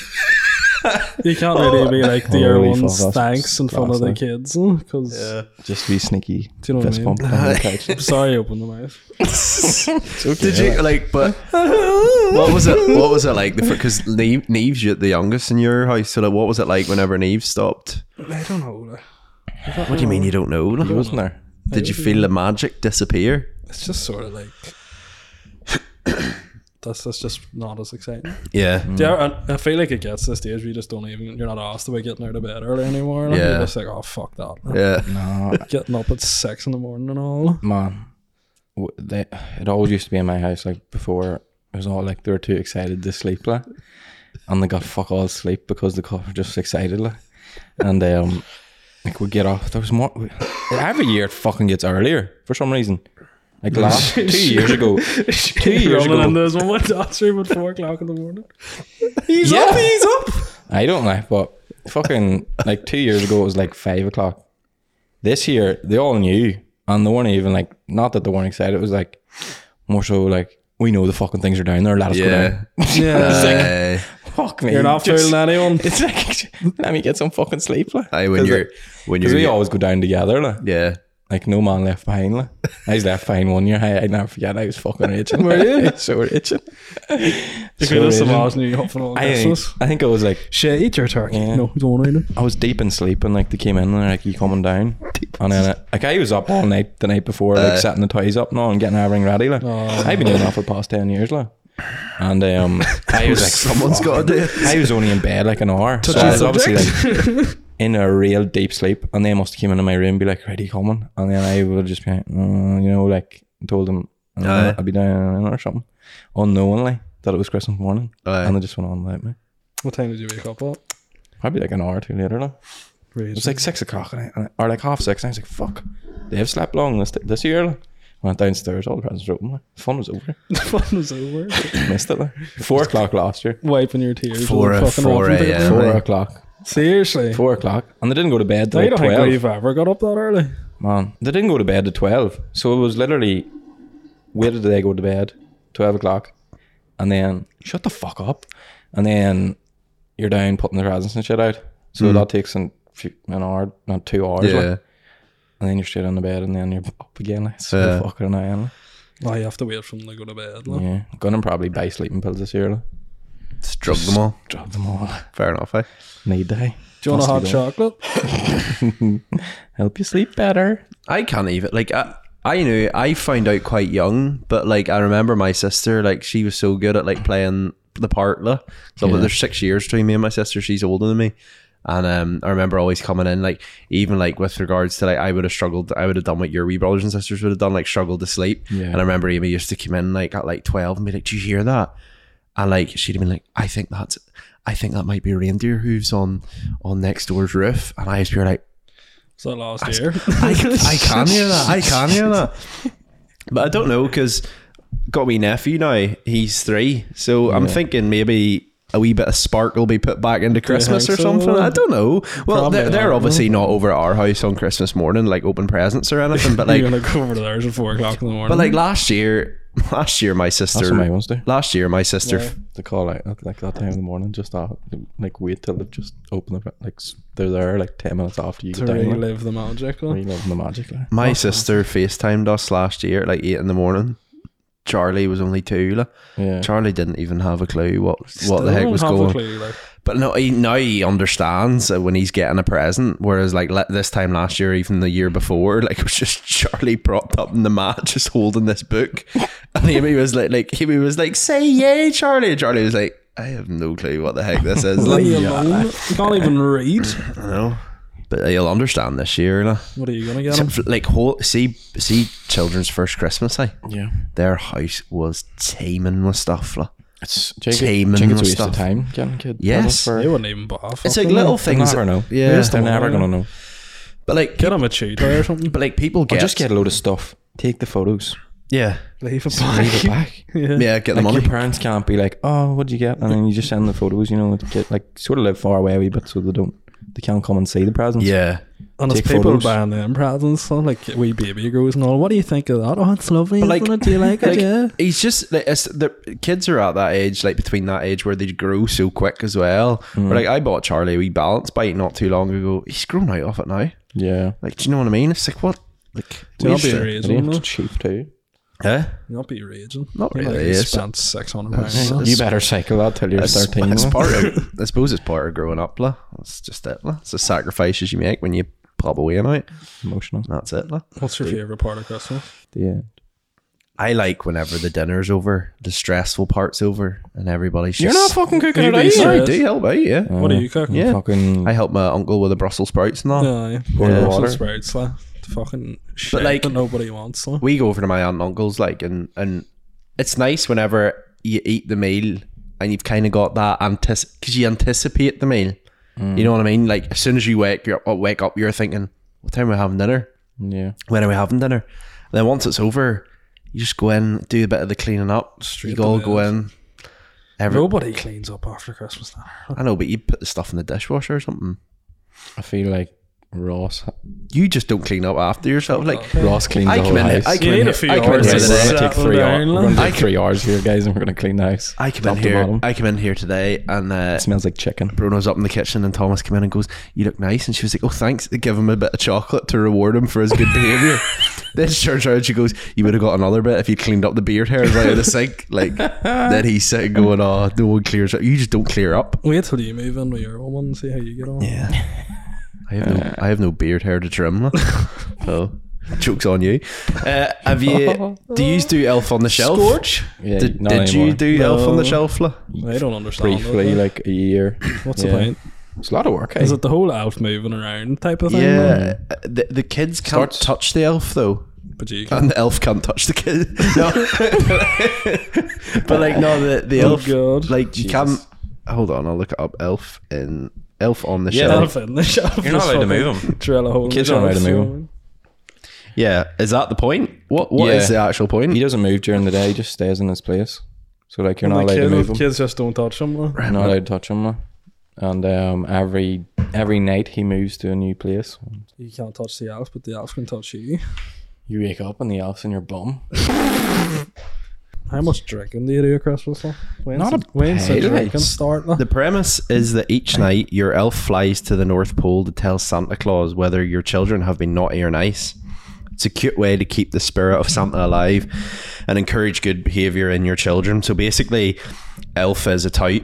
Speaker 3: You can't really be like the
Speaker 2: Holy
Speaker 3: ones
Speaker 2: fuck, that's
Speaker 3: thanks in front of the
Speaker 2: classy.
Speaker 3: kids Oh, because
Speaker 2: Just be sneaky.
Speaker 3: Do you know what I
Speaker 2: fist
Speaker 3: mean?
Speaker 2: bump on the couch.
Speaker 3: I'm sorry, I opened the mouth.
Speaker 1: Did you like? But what was it? What was it like? Because Neve, Neve's you- the youngest in your house. So like, what was it like whenever Neve stopped?
Speaker 3: I don't know.
Speaker 1: What do you mean you don't know?
Speaker 2: He wasn't there.
Speaker 1: Did you feel the magic disappear?
Speaker 3: It's just sort of like that's that's just not as exciting.
Speaker 1: Yeah.
Speaker 3: Yeah, and I feel like it gets to the stage where you just don't even you're not asked about getting out of bed early anymore. Like,
Speaker 1: Yeah.
Speaker 3: You're just like, oh fuck that.
Speaker 1: Yeah.
Speaker 2: No,
Speaker 3: Getting up at six in the morning and all.
Speaker 2: man. W- They, it always used to be in my house. Like before, it was all like they were too excited to sleep, like, and they got fuck all sleep because the cops were just excited, like. And um, like we get off. There was more. we- every year it fucking gets earlier for some reason. Like last two years ago, two years
Speaker 3: Rolling in
Speaker 2: ago.
Speaker 3: this one with dad's room at four o'clock in the morning.
Speaker 2: He's up. He's up. I don't know, but fucking like two years ago it was like five o'clock. This year they all knew, and they weren't even like not that they weren't excited. It was like more so like we know the fucking things are down there. Let us go
Speaker 1: Yeah.
Speaker 2: down.
Speaker 3: Yeah.
Speaker 1: Aye.
Speaker 2: Fuck me.
Speaker 3: You're not
Speaker 2: just-
Speaker 3: fooling anyone.
Speaker 2: It's like let me get some fucking sleep. Like.
Speaker 1: Aye, when
Speaker 2: 'Cause
Speaker 1: you're
Speaker 2: like-
Speaker 1: when
Speaker 2: 'cause
Speaker 1: you're
Speaker 2: we always go down together. Like,
Speaker 1: yeah.
Speaker 2: like no man left behind. Like. I was left behind one year. I, I never forget. I was fucking itching. Were you? so itching.
Speaker 3: You
Speaker 2: So
Speaker 3: could have
Speaker 2: raging.
Speaker 3: Samaj you hopping on
Speaker 2: I think,
Speaker 3: Christmas.
Speaker 2: I think it was like
Speaker 3: Shit, eat your turkey.
Speaker 2: Yeah.
Speaker 3: No, don't want to.
Speaker 2: I was deep in sleep and like they came in and they're like you coming down and then uh, like I was up all night the night before like
Speaker 1: Uh.
Speaker 2: setting the toys up now and getting everything ready like I've been doing that for the past 10 years like and um I was like
Speaker 1: Someone's got to do it.
Speaker 2: I was only in bed like an hour so I was obviously like in a real deep sleep and they must have came into my room and be like ready coming and then I would just be like mm, you know like told them "Uh,
Speaker 1: Aye.
Speaker 2: I'd be down in an hour or something unknowingly that it was Christmas morning
Speaker 1: Aye.
Speaker 2: and they just went on without me
Speaker 3: What time did you wake up at?
Speaker 2: probably like an hour or two later like
Speaker 3: Raging.
Speaker 2: it was like six o'clock, and I, and I- or like half six. And I was like, "Fuck, they have slept long this this year." Like, went downstairs, all the presents were open. Like, the fun was over.
Speaker 3: the fun was over.
Speaker 2: Missed it. Like. Four o'clock last year.
Speaker 3: Wiping your tears. with
Speaker 1: Four-
Speaker 3: a fucking
Speaker 1: four
Speaker 3: wrapping paper.
Speaker 1: a.m.
Speaker 2: Four
Speaker 1: Aye.
Speaker 2: o'clock.
Speaker 3: Seriously.
Speaker 2: Four o'clock, and they didn't go to bed till
Speaker 3: I
Speaker 2: like
Speaker 3: don't
Speaker 2: twelve.
Speaker 3: think you've ever got up that early.
Speaker 2: Man, they didn't go to bed at twelve, so it was literally where did they go to bed? Twelve o'clock, and then shut the fuck up, and then you're down putting the presents and shit out. So that takes an, few- an hour, not two hours. like.
Speaker 1: Hmm. Yeah.
Speaker 2: and then you're straight on the bed, and then you're up again. Like, it's so
Speaker 1: Yeah.
Speaker 2: fucking annoying.
Speaker 3: Oh, you have to wait for them to go to
Speaker 2: Like.
Speaker 3: bed. Like.
Speaker 2: Yeah, gonna probably buy sleeping pills this year. Like.
Speaker 1: Just drug them all.
Speaker 2: Drop them all.
Speaker 1: Fair enough. Eh?
Speaker 2: Need day.
Speaker 3: Do you want a hot
Speaker 2: Must be done.
Speaker 3: chocolate?
Speaker 2: Help you sleep better.
Speaker 1: I can't even like I, I knew I found out quite young, but like I remember my sister like she was so good at like playing the part. la. So
Speaker 2: Yeah.
Speaker 1: there's six years between me and my sister. She's older than me. And um, I remember always coming in, like even like with regards to like I would have struggled, I would have done what your wee brothers and sisters would have done, like struggled to sleep.
Speaker 2: Yeah.
Speaker 1: And I remember Amy used to come in like at like twelve and be like, "Do you hear that?" And like she'd have been like, "I think that's, I think that might be reindeer hooves on on next door's roof." And I used to be like,
Speaker 3: Was that last year?
Speaker 1: I, I can hear that. I can hear that. But I don't know because got me nephew now. He's three, so I'm thinking maybe a wee bit of spark will be put back into Christmas or
Speaker 3: think so?
Speaker 1: something. I don't know. Well,
Speaker 3: Probably
Speaker 1: they're, they're
Speaker 3: not,
Speaker 1: obviously not over at our house on Christmas morning, like open presents or anything. But like,
Speaker 3: You're "Mm." gonna go over to theirs at four o'clock in the morning.
Speaker 1: but like last year, last year my sister.
Speaker 2: That's what my ones do.
Speaker 1: Last year, my sister
Speaker 3: Yeah.
Speaker 2: The call out at like that time in the morning, just off, like wait till they just open the like s- they're there like ten minutes after you
Speaker 3: to
Speaker 2: get down. Like,
Speaker 3: relive the magic. like.
Speaker 2: reliving the magic. Like.
Speaker 1: My sister FaceTimed us last year at like eight in the morning. Charlie was only two. like.
Speaker 2: Yeah.
Speaker 1: Charlie didn't even have a clue what what
Speaker 3: Still
Speaker 1: the heck
Speaker 3: don't
Speaker 1: was
Speaker 3: have a
Speaker 1: going.
Speaker 3: clue, like.
Speaker 1: But no, he, now he understands that when he's getting a present. Whereas like le- this time last year, even the year before, like it was just Charlie propped up in the mat, just holding this book, and Amy was like, like Amy was like, "Say yay, Charlie!" And Charlie was like, "I have no clue what the heck this is."
Speaker 3: Leave
Speaker 1: like,
Speaker 3: me alone. You can't even read.
Speaker 1: I don't know. But he'll understand this year, lah.
Speaker 3: What are you gonna get?
Speaker 1: So,
Speaker 3: 'em?
Speaker 1: f- like whole see see children's first Christmas. I
Speaker 2: Yeah.
Speaker 1: their house was teeming with stuff, lah.
Speaker 2: It's do you think it-
Speaker 1: Teaming
Speaker 2: do you think
Speaker 1: with
Speaker 2: it's a waste
Speaker 1: stuff.
Speaker 2: of time getting kid.
Speaker 1: Yes.
Speaker 2: presents
Speaker 3: They
Speaker 2: For,
Speaker 3: wouldn't even bother.
Speaker 1: It's
Speaker 3: fucking
Speaker 1: like little
Speaker 3: them.
Speaker 2: they
Speaker 1: things.
Speaker 2: never
Speaker 1: that-
Speaker 2: know.
Speaker 1: Yeah.
Speaker 2: They're, never
Speaker 3: morning.
Speaker 2: gonna know.
Speaker 1: But like,
Speaker 3: Get him a cheat day or something.
Speaker 1: but like people
Speaker 2: Or
Speaker 1: get
Speaker 2: just get a load of stuff. Take the photos.
Speaker 1: yeah,
Speaker 3: Leave it
Speaker 2: Leave it
Speaker 3: back.
Speaker 2: back.
Speaker 1: yeah, get the
Speaker 2: like
Speaker 1: money.
Speaker 2: your parents can't be like, oh, what'd you get? And then you just send the photos, you know, to get like sort of live far away a wee bit so they don't, They can't come and see the presents.
Speaker 1: Yeah.
Speaker 3: And there's
Speaker 2: Take
Speaker 3: people
Speaker 2: photos.
Speaker 3: buying them presents, so like wee baby grows and all. What do you think of that? Oh, it's lovely.
Speaker 1: like-
Speaker 3: isn't it? Do you like,
Speaker 1: Like,
Speaker 3: it? Yeah.
Speaker 1: He's just like, it's, the kids are at that age, like between that age where they grow so quick as well. But like I bought Charlie a wee balance bike not too long ago. He's grown out of it now.
Speaker 2: Yeah.
Speaker 1: Like, do you know what I mean? It's like what, like,
Speaker 3: Do not be
Speaker 1: weird-
Speaker 2: It ain't
Speaker 3: raging. though.
Speaker 2: cheap too.
Speaker 1: Huh?
Speaker 3: Not be raging.
Speaker 1: Not
Speaker 3: You're like,
Speaker 1: really,
Speaker 3: you
Speaker 1: it's-
Speaker 3: spent six hundred pounds. on
Speaker 1: it's-
Speaker 3: that.
Speaker 2: You better cycle that till you're
Speaker 1: It's,
Speaker 2: 13.
Speaker 1: it's
Speaker 2: though.
Speaker 1: part of, I suppose it's part of growing up, lah. That's just it, lah. It's the sacrifices you make when you pop away and out.
Speaker 2: Emotional.
Speaker 1: That's it, lah.
Speaker 3: What's your favorite part of Christmas?
Speaker 2: Yeah.
Speaker 1: I like whenever the dinner's over, the stressful part's over, and everybody's just.
Speaker 2: You're not fucking cooking
Speaker 3: You
Speaker 2: it,
Speaker 3: be
Speaker 2: are you?
Speaker 3: serious.
Speaker 1: I do help out, yeah.
Speaker 3: What are you cooking?
Speaker 1: Uh, Yeah.
Speaker 2: Fucking
Speaker 1: I help my uncle with the Brussels sprouts and all.
Speaker 3: Yeah,
Speaker 2: Boil the
Speaker 3: yeah.
Speaker 2: water.
Speaker 3: Brussels sprouts, like, the fucking shit
Speaker 1: like-
Speaker 3: that nobody wants. Like.
Speaker 1: we go over to my aunt and uncle's like and and it's nice whenever you eat the meal and you've kind of got that anticipate because you anticipate the meal you know what i mean like as soon as you wake you wake up you're thinking what time are we having dinner
Speaker 2: yeah.
Speaker 1: when are we having dinner and then once it's over you just go in do a bit of the cleaning up
Speaker 3: Straight
Speaker 1: you all
Speaker 3: to
Speaker 1: go
Speaker 3: bed.
Speaker 1: in every,
Speaker 3: Nobody cleans up after Christmas. now.
Speaker 1: i know but you put the stuff in the dishwasher or something
Speaker 2: I feel like Ross
Speaker 1: you just don't clean up after yourself like
Speaker 2: Ross cleans
Speaker 1: I
Speaker 2: the
Speaker 1: come
Speaker 2: whole
Speaker 1: in here-
Speaker 2: house.
Speaker 1: I
Speaker 3: You
Speaker 1: come
Speaker 3: need
Speaker 1: in
Speaker 3: a
Speaker 1: here-
Speaker 3: few
Speaker 1: I come in
Speaker 3: hours
Speaker 1: here
Speaker 3: to
Speaker 1: today
Speaker 2: We're gonna
Speaker 3: settle
Speaker 2: take three
Speaker 3: down,
Speaker 2: hours.
Speaker 3: like.
Speaker 2: We're gonna
Speaker 1: I
Speaker 2: take
Speaker 1: can-
Speaker 2: three hours here, guys, and we're gonna clean the house.
Speaker 1: I come in
Speaker 2: Top to
Speaker 1: here.
Speaker 2: bottom.
Speaker 1: I come in here today, and uh,
Speaker 2: It smells like chicken.
Speaker 1: Bruno's up in the kitchen and Thomas came in and goes, You look nice. And she was like, Oh, thanks. They give him a bit of chocolate to reward him for his good behavior. then she turns around, she goes, You would have got another bit if you cleaned up the beard hairs out of the sink. Like, then he's sitting going, Oh, no one clears up. You just don't clear up.
Speaker 3: Wait till you move in with your own one and see how you get on.
Speaker 1: Yeah. I have no, I have no beard hair to trim. like. oh, joke's on you. Uh, have you, do you do Elf on the Shelf? Scorch?
Speaker 2: Yeah,
Speaker 1: did
Speaker 2: not
Speaker 1: did you
Speaker 2: anymore.
Speaker 1: do Elf on the
Speaker 3: No.
Speaker 1: Shelf? lah?
Speaker 3: I don't understand. it,
Speaker 2: Briefly,
Speaker 3: like,
Speaker 2: like a year.
Speaker 3: what's
Speaker 2: yeah.
Speaker 3: the point?
Speaker 2: It's a lot of work. eh?
Speaker 3: Is it the whole elf moving around type of thing? like?
Speaker 1: Yeah. Uh, The, the kids can't
Speaker 2: Scorch.
Speaker 1: touch the elf, though.
Speaker 3: but you can.
Speaker 1: and the elf can't touch the kid. No, but like no, the the
Speaker 3: Oh
Speaker 1: elf
Speaker 3: God.
Speaker 1: like you
Speaker 2: Jesus.
Speaker 1: can. Hold on, I'll look it up. Elf in elf on the
Speaker 2: Yeah,
Speaker 1: shelf.
Speaker 3: Elf in the shelf.
Speaker 2: You're not allowed to move
Speaker 3: them. Drill a hole. in the
Speaker 2: Kids aren't allowed to
Speaker 3: shelf,
Speaker 2: move
Speaker 3: so-
Speaker 1: Yeah, is that the point? What what is
Speaker 2: Yeah.
Speaker 1: the actual point?
Speaker 2: He doesn't move during the day. He just stays in his place. So like you're not
Speaker 3: Like,
Speaker 2: allowed to
Speaker 3: kids,
Speaker 2: move him.
Speaker 3: kids just don't touch them. like.
Speaker 2: You're not allowed to touch him. like. And um, every every night he moves to a new place.
Speaker 3: You can't touch the elf, but the elf can touch you.
Speaker 2: You wake up and the elf's in your bum.
Speaker 3: How much drinking do you do at Christmas? Like? When's
Speaker 2: Not
Speaker 3: the-
Speaker 2: a
Speaker 3: when's the
Speaker 2: pay, like,
Speaker 3: drinking start? Like?
Speaker 1: The premise is that each night your elf flies to the North Pole to tell Santa Claus whether your children have been naughty or nice. It's a cute way to keep the spirit of Santa alive and encourage good behavior in your children. So basically, elf is a tout
Speaker 3: You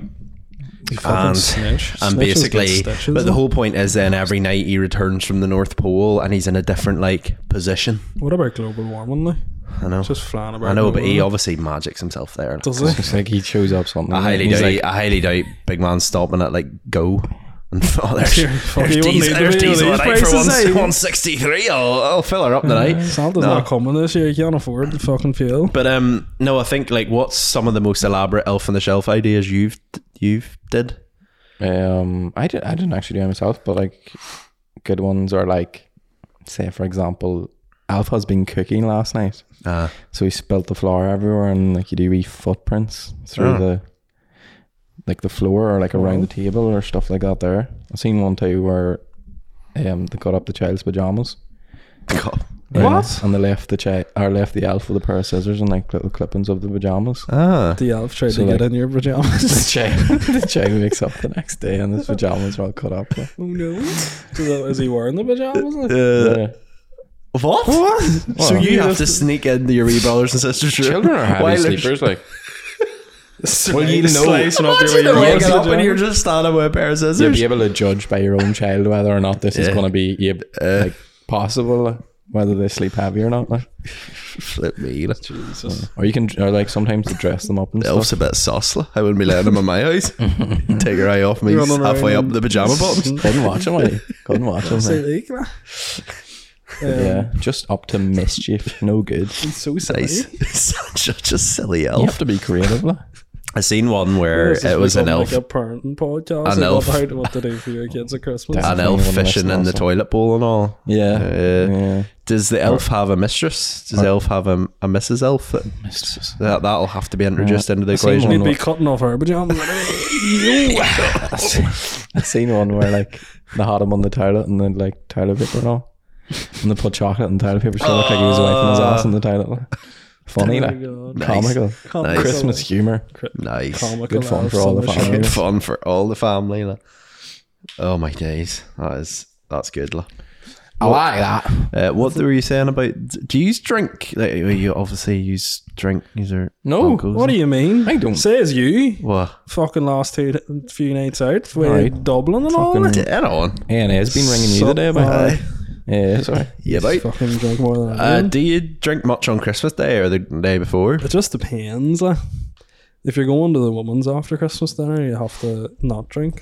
Speaker 3: fucking
Speaker 1: and,
Speaker 3: snitch.
Speaker 1: and
Speaker 3: Snitches
Speaker 1: basically
Speaker 3: get stitches,
Speaker 1: but the
Speaker 3: like.
Speaker 1: whole point is then every night he returns from the north pole and he's in a different like position
Speaker 3: What about global warming? Like?
Speaker 1: i know
Speaker 3: Just flying about.
Speaker 1: i know but he
Speaker 3: global
Speaker 1: obviously magics himself there
Speaker 3: warming. does it.
Speaker 2: It's like he shows up something.
Speaker 1: i Ah, highly
Speaker 2: and he's
Speaker 1: doubt
Speaker 2: like,
Speaker 1: i highly doubt big man stopping at like go and oh, there's,
Speaker 3: Here,
Speaker 1: there's,
Speaker 3: fuck, you wouldn't
Speaker 1: diesel,
Speaker 3: need to
Speaker 1: there's
Speaker 3: be with
Speaker 1: diesel
Speaker 3: these
Speaker 1: tonight for
Speaker 3: prices, eh?
Speaker 1: 163 I'll, I'll fill her up tonight
Speaker 3: Santa's
Speaker 1: No.
Speaker 3: not coming this year. You can't afford the fucking fuel.
Speaker 1: but um no i think like what's some of the most elaborate elf on the shelf ideas you've you've did
Speaker 2: Um, I, did, I didn't actually do it myself, but like good ones are like, say for example, Alpha's been cooking last night,
Speaker 1: uh
Speaker 2: so he spilt the flour everywhere, and like you do wee footprints through
Speaker 1: Oh.
Speaker 2: the like the floor or like around the table or stuff like that. There, I've seen one too where um they cut up the child's pajamas.
Speaker 1: God.
Speaker 2: What? And they left the child or left the elf with a pair of scissors and like little clippings of the pajamas.
Speaker 1: ah
Speaker 3: The elf tried
Speaker 2: So,
Speaker 3: to
Speaker 2: like-
Speaker 3: get in your pajamas.
Speaker 2: The child, the child wakes up the next day and his pajamas are all cut up. like.
Speaker 3: oh no! So, is he wearing the pajamas? Like?
Speaker 1: Uh,
Speaker 2: Yeah.
Speaker 1: What? So
Speaker 2: Well,
Speaker 1: you
Speaker 2: you
Speaker 1: have to sneak into your wee brothers and sisters' room.
Speaker 2: Children are
Speaker 1: Why
Speaker 2: happy
Speaker 1: look-
Speaker 2: sleepers. Like
Speaker 1: Well, you know.
Speaker 3: Slicing up your
Speaker 1: Imagine
Speaker 3: wee
Speaker 1: waking
Speaker 3: brothers'
Speaker 1: up and
Speaker 3: pajamas.
Speaker 1: you're just standing with a pair of
Speaker 2: you'll
Speaker 1: scissors.
Speaker 2: be able to judge by your own child whether or not this is
Speaker 1: Yeah.
Speaker 2: going to be yeah, like possible, like, whether they sleep heavy or not. Like.
Speaker 1: Flip me. like.
Speaker 2: Or you can, or like sometimes to dress them up and
Speaker 1: The Elf's a
Speaker 2: stuff.
Speaker 1: bit saucela. I wouldn't be letting him in my house. Take your eye off me.
Speaker 3: Running around
Speaker 1: halfway up
Speaker 3: and-
Speaker 1: the pajama bottoms.
Speaker 2: Couldn't watch them. Like. Couldn't watch them. Like.
Speaker 3: Silly, like. Um,
Speaker 2: Yeah, just up to mischief. No good.
Speaker 3: It's so silly.
Speaker 1: Nice. Such a just silly
Speaker 2: You
Speaker 1: elf.
Speaker 2: have to be creative. Like.
Speaker 1: I seen one where
Speaker 3: This is
Speaker 1: it was an
Speaker 3: become
Speaker 1: elf,
Speaker 3: Like a parenting podcast
Speaker 1: An
Speaker 3: an
Speaker 1: elf.
Speaker 3: about what to do for your kids at Christmas.
Speaker 2: Damn.
Speaker 1: an
Speaker 2: Definitely
Speaker 1: elf
Speaker 2: one of the best
Speaker 1: fishing in
Speaker 2: ones,
Speaker 1: the
Speaker 2: so.
Speaker 1: toilet bowl and all.
Speaker 2: Yeah.
Speaker 1: Uh,
Speaker 2: yeah.
Speaker 1: Does the elf have a mistress? Does the elf have a, a Mrs. Elf? That,
Speaker 2: Mistress.
Speaker 1: that that'll have to be introduced into the
Speaker 2: I've seen
Speaker 1: equation.
Speaker 3: We'd
Speaker 2: one
Speaker 3: be cutting off her pajamas.
Speaker 2: I seen one where like they had him on the toilet and then like toilet paper and all. And they put chocolate in the toilet paper so it looked like he was wiping his ass in the toilet. like. Funny
Speaker 3: Oh my
Speaker 2: like
Speaker 3: God.
Speaker 2: comical.
Speaker 3: Comical.
Speaker 2: Christmas humor.
Speaker 1: Nice.
Speaker 3: Comical
Speaker 2: Good fun for
Speaker 3: elves
Speaker 2: all
Speaker 3: on
Speaker 2: the family.
Speaker 1: Good
Speaker 3: show.
Speaker 1: fun for all the family. like. Oh my days, that is that's good. like.
Speaker 2: I like that.
Speaker 1: Uh, what were you saying about? Do you drink? Like, you obviously use drink. These are
Speaker 2: No,
Speaker 1: uncles.
Speaker 3: What do you mean?
Speaker 2: I don't-
Speaker 3: Says you.
Speaker 1: What?
Speaker 3: Fucking last two few nights out with
Speaker 2: Alright.
Speaker 3: Dublin and all.
Speaker 2: Fucking-
Speaker 3: that.
Speaker 1: Dead on.
Speaker 2: A and A's been ringing you
Speaker 3: So-
Speaker 2: today about
Speaker 3: Aye.
Speaker 2: Yeah, sorry.
Speaker 1: Yeah, mate.
Speaker 3: Fucking drink more than I
Speaker 1: Uh,
Speaker 3: do.
Speaker 1: do you drink much on Christmas Day or the day before?
Speaker 3: It just depends. uh. If you're going to the woman's after Christmas dinner, you have to not drink.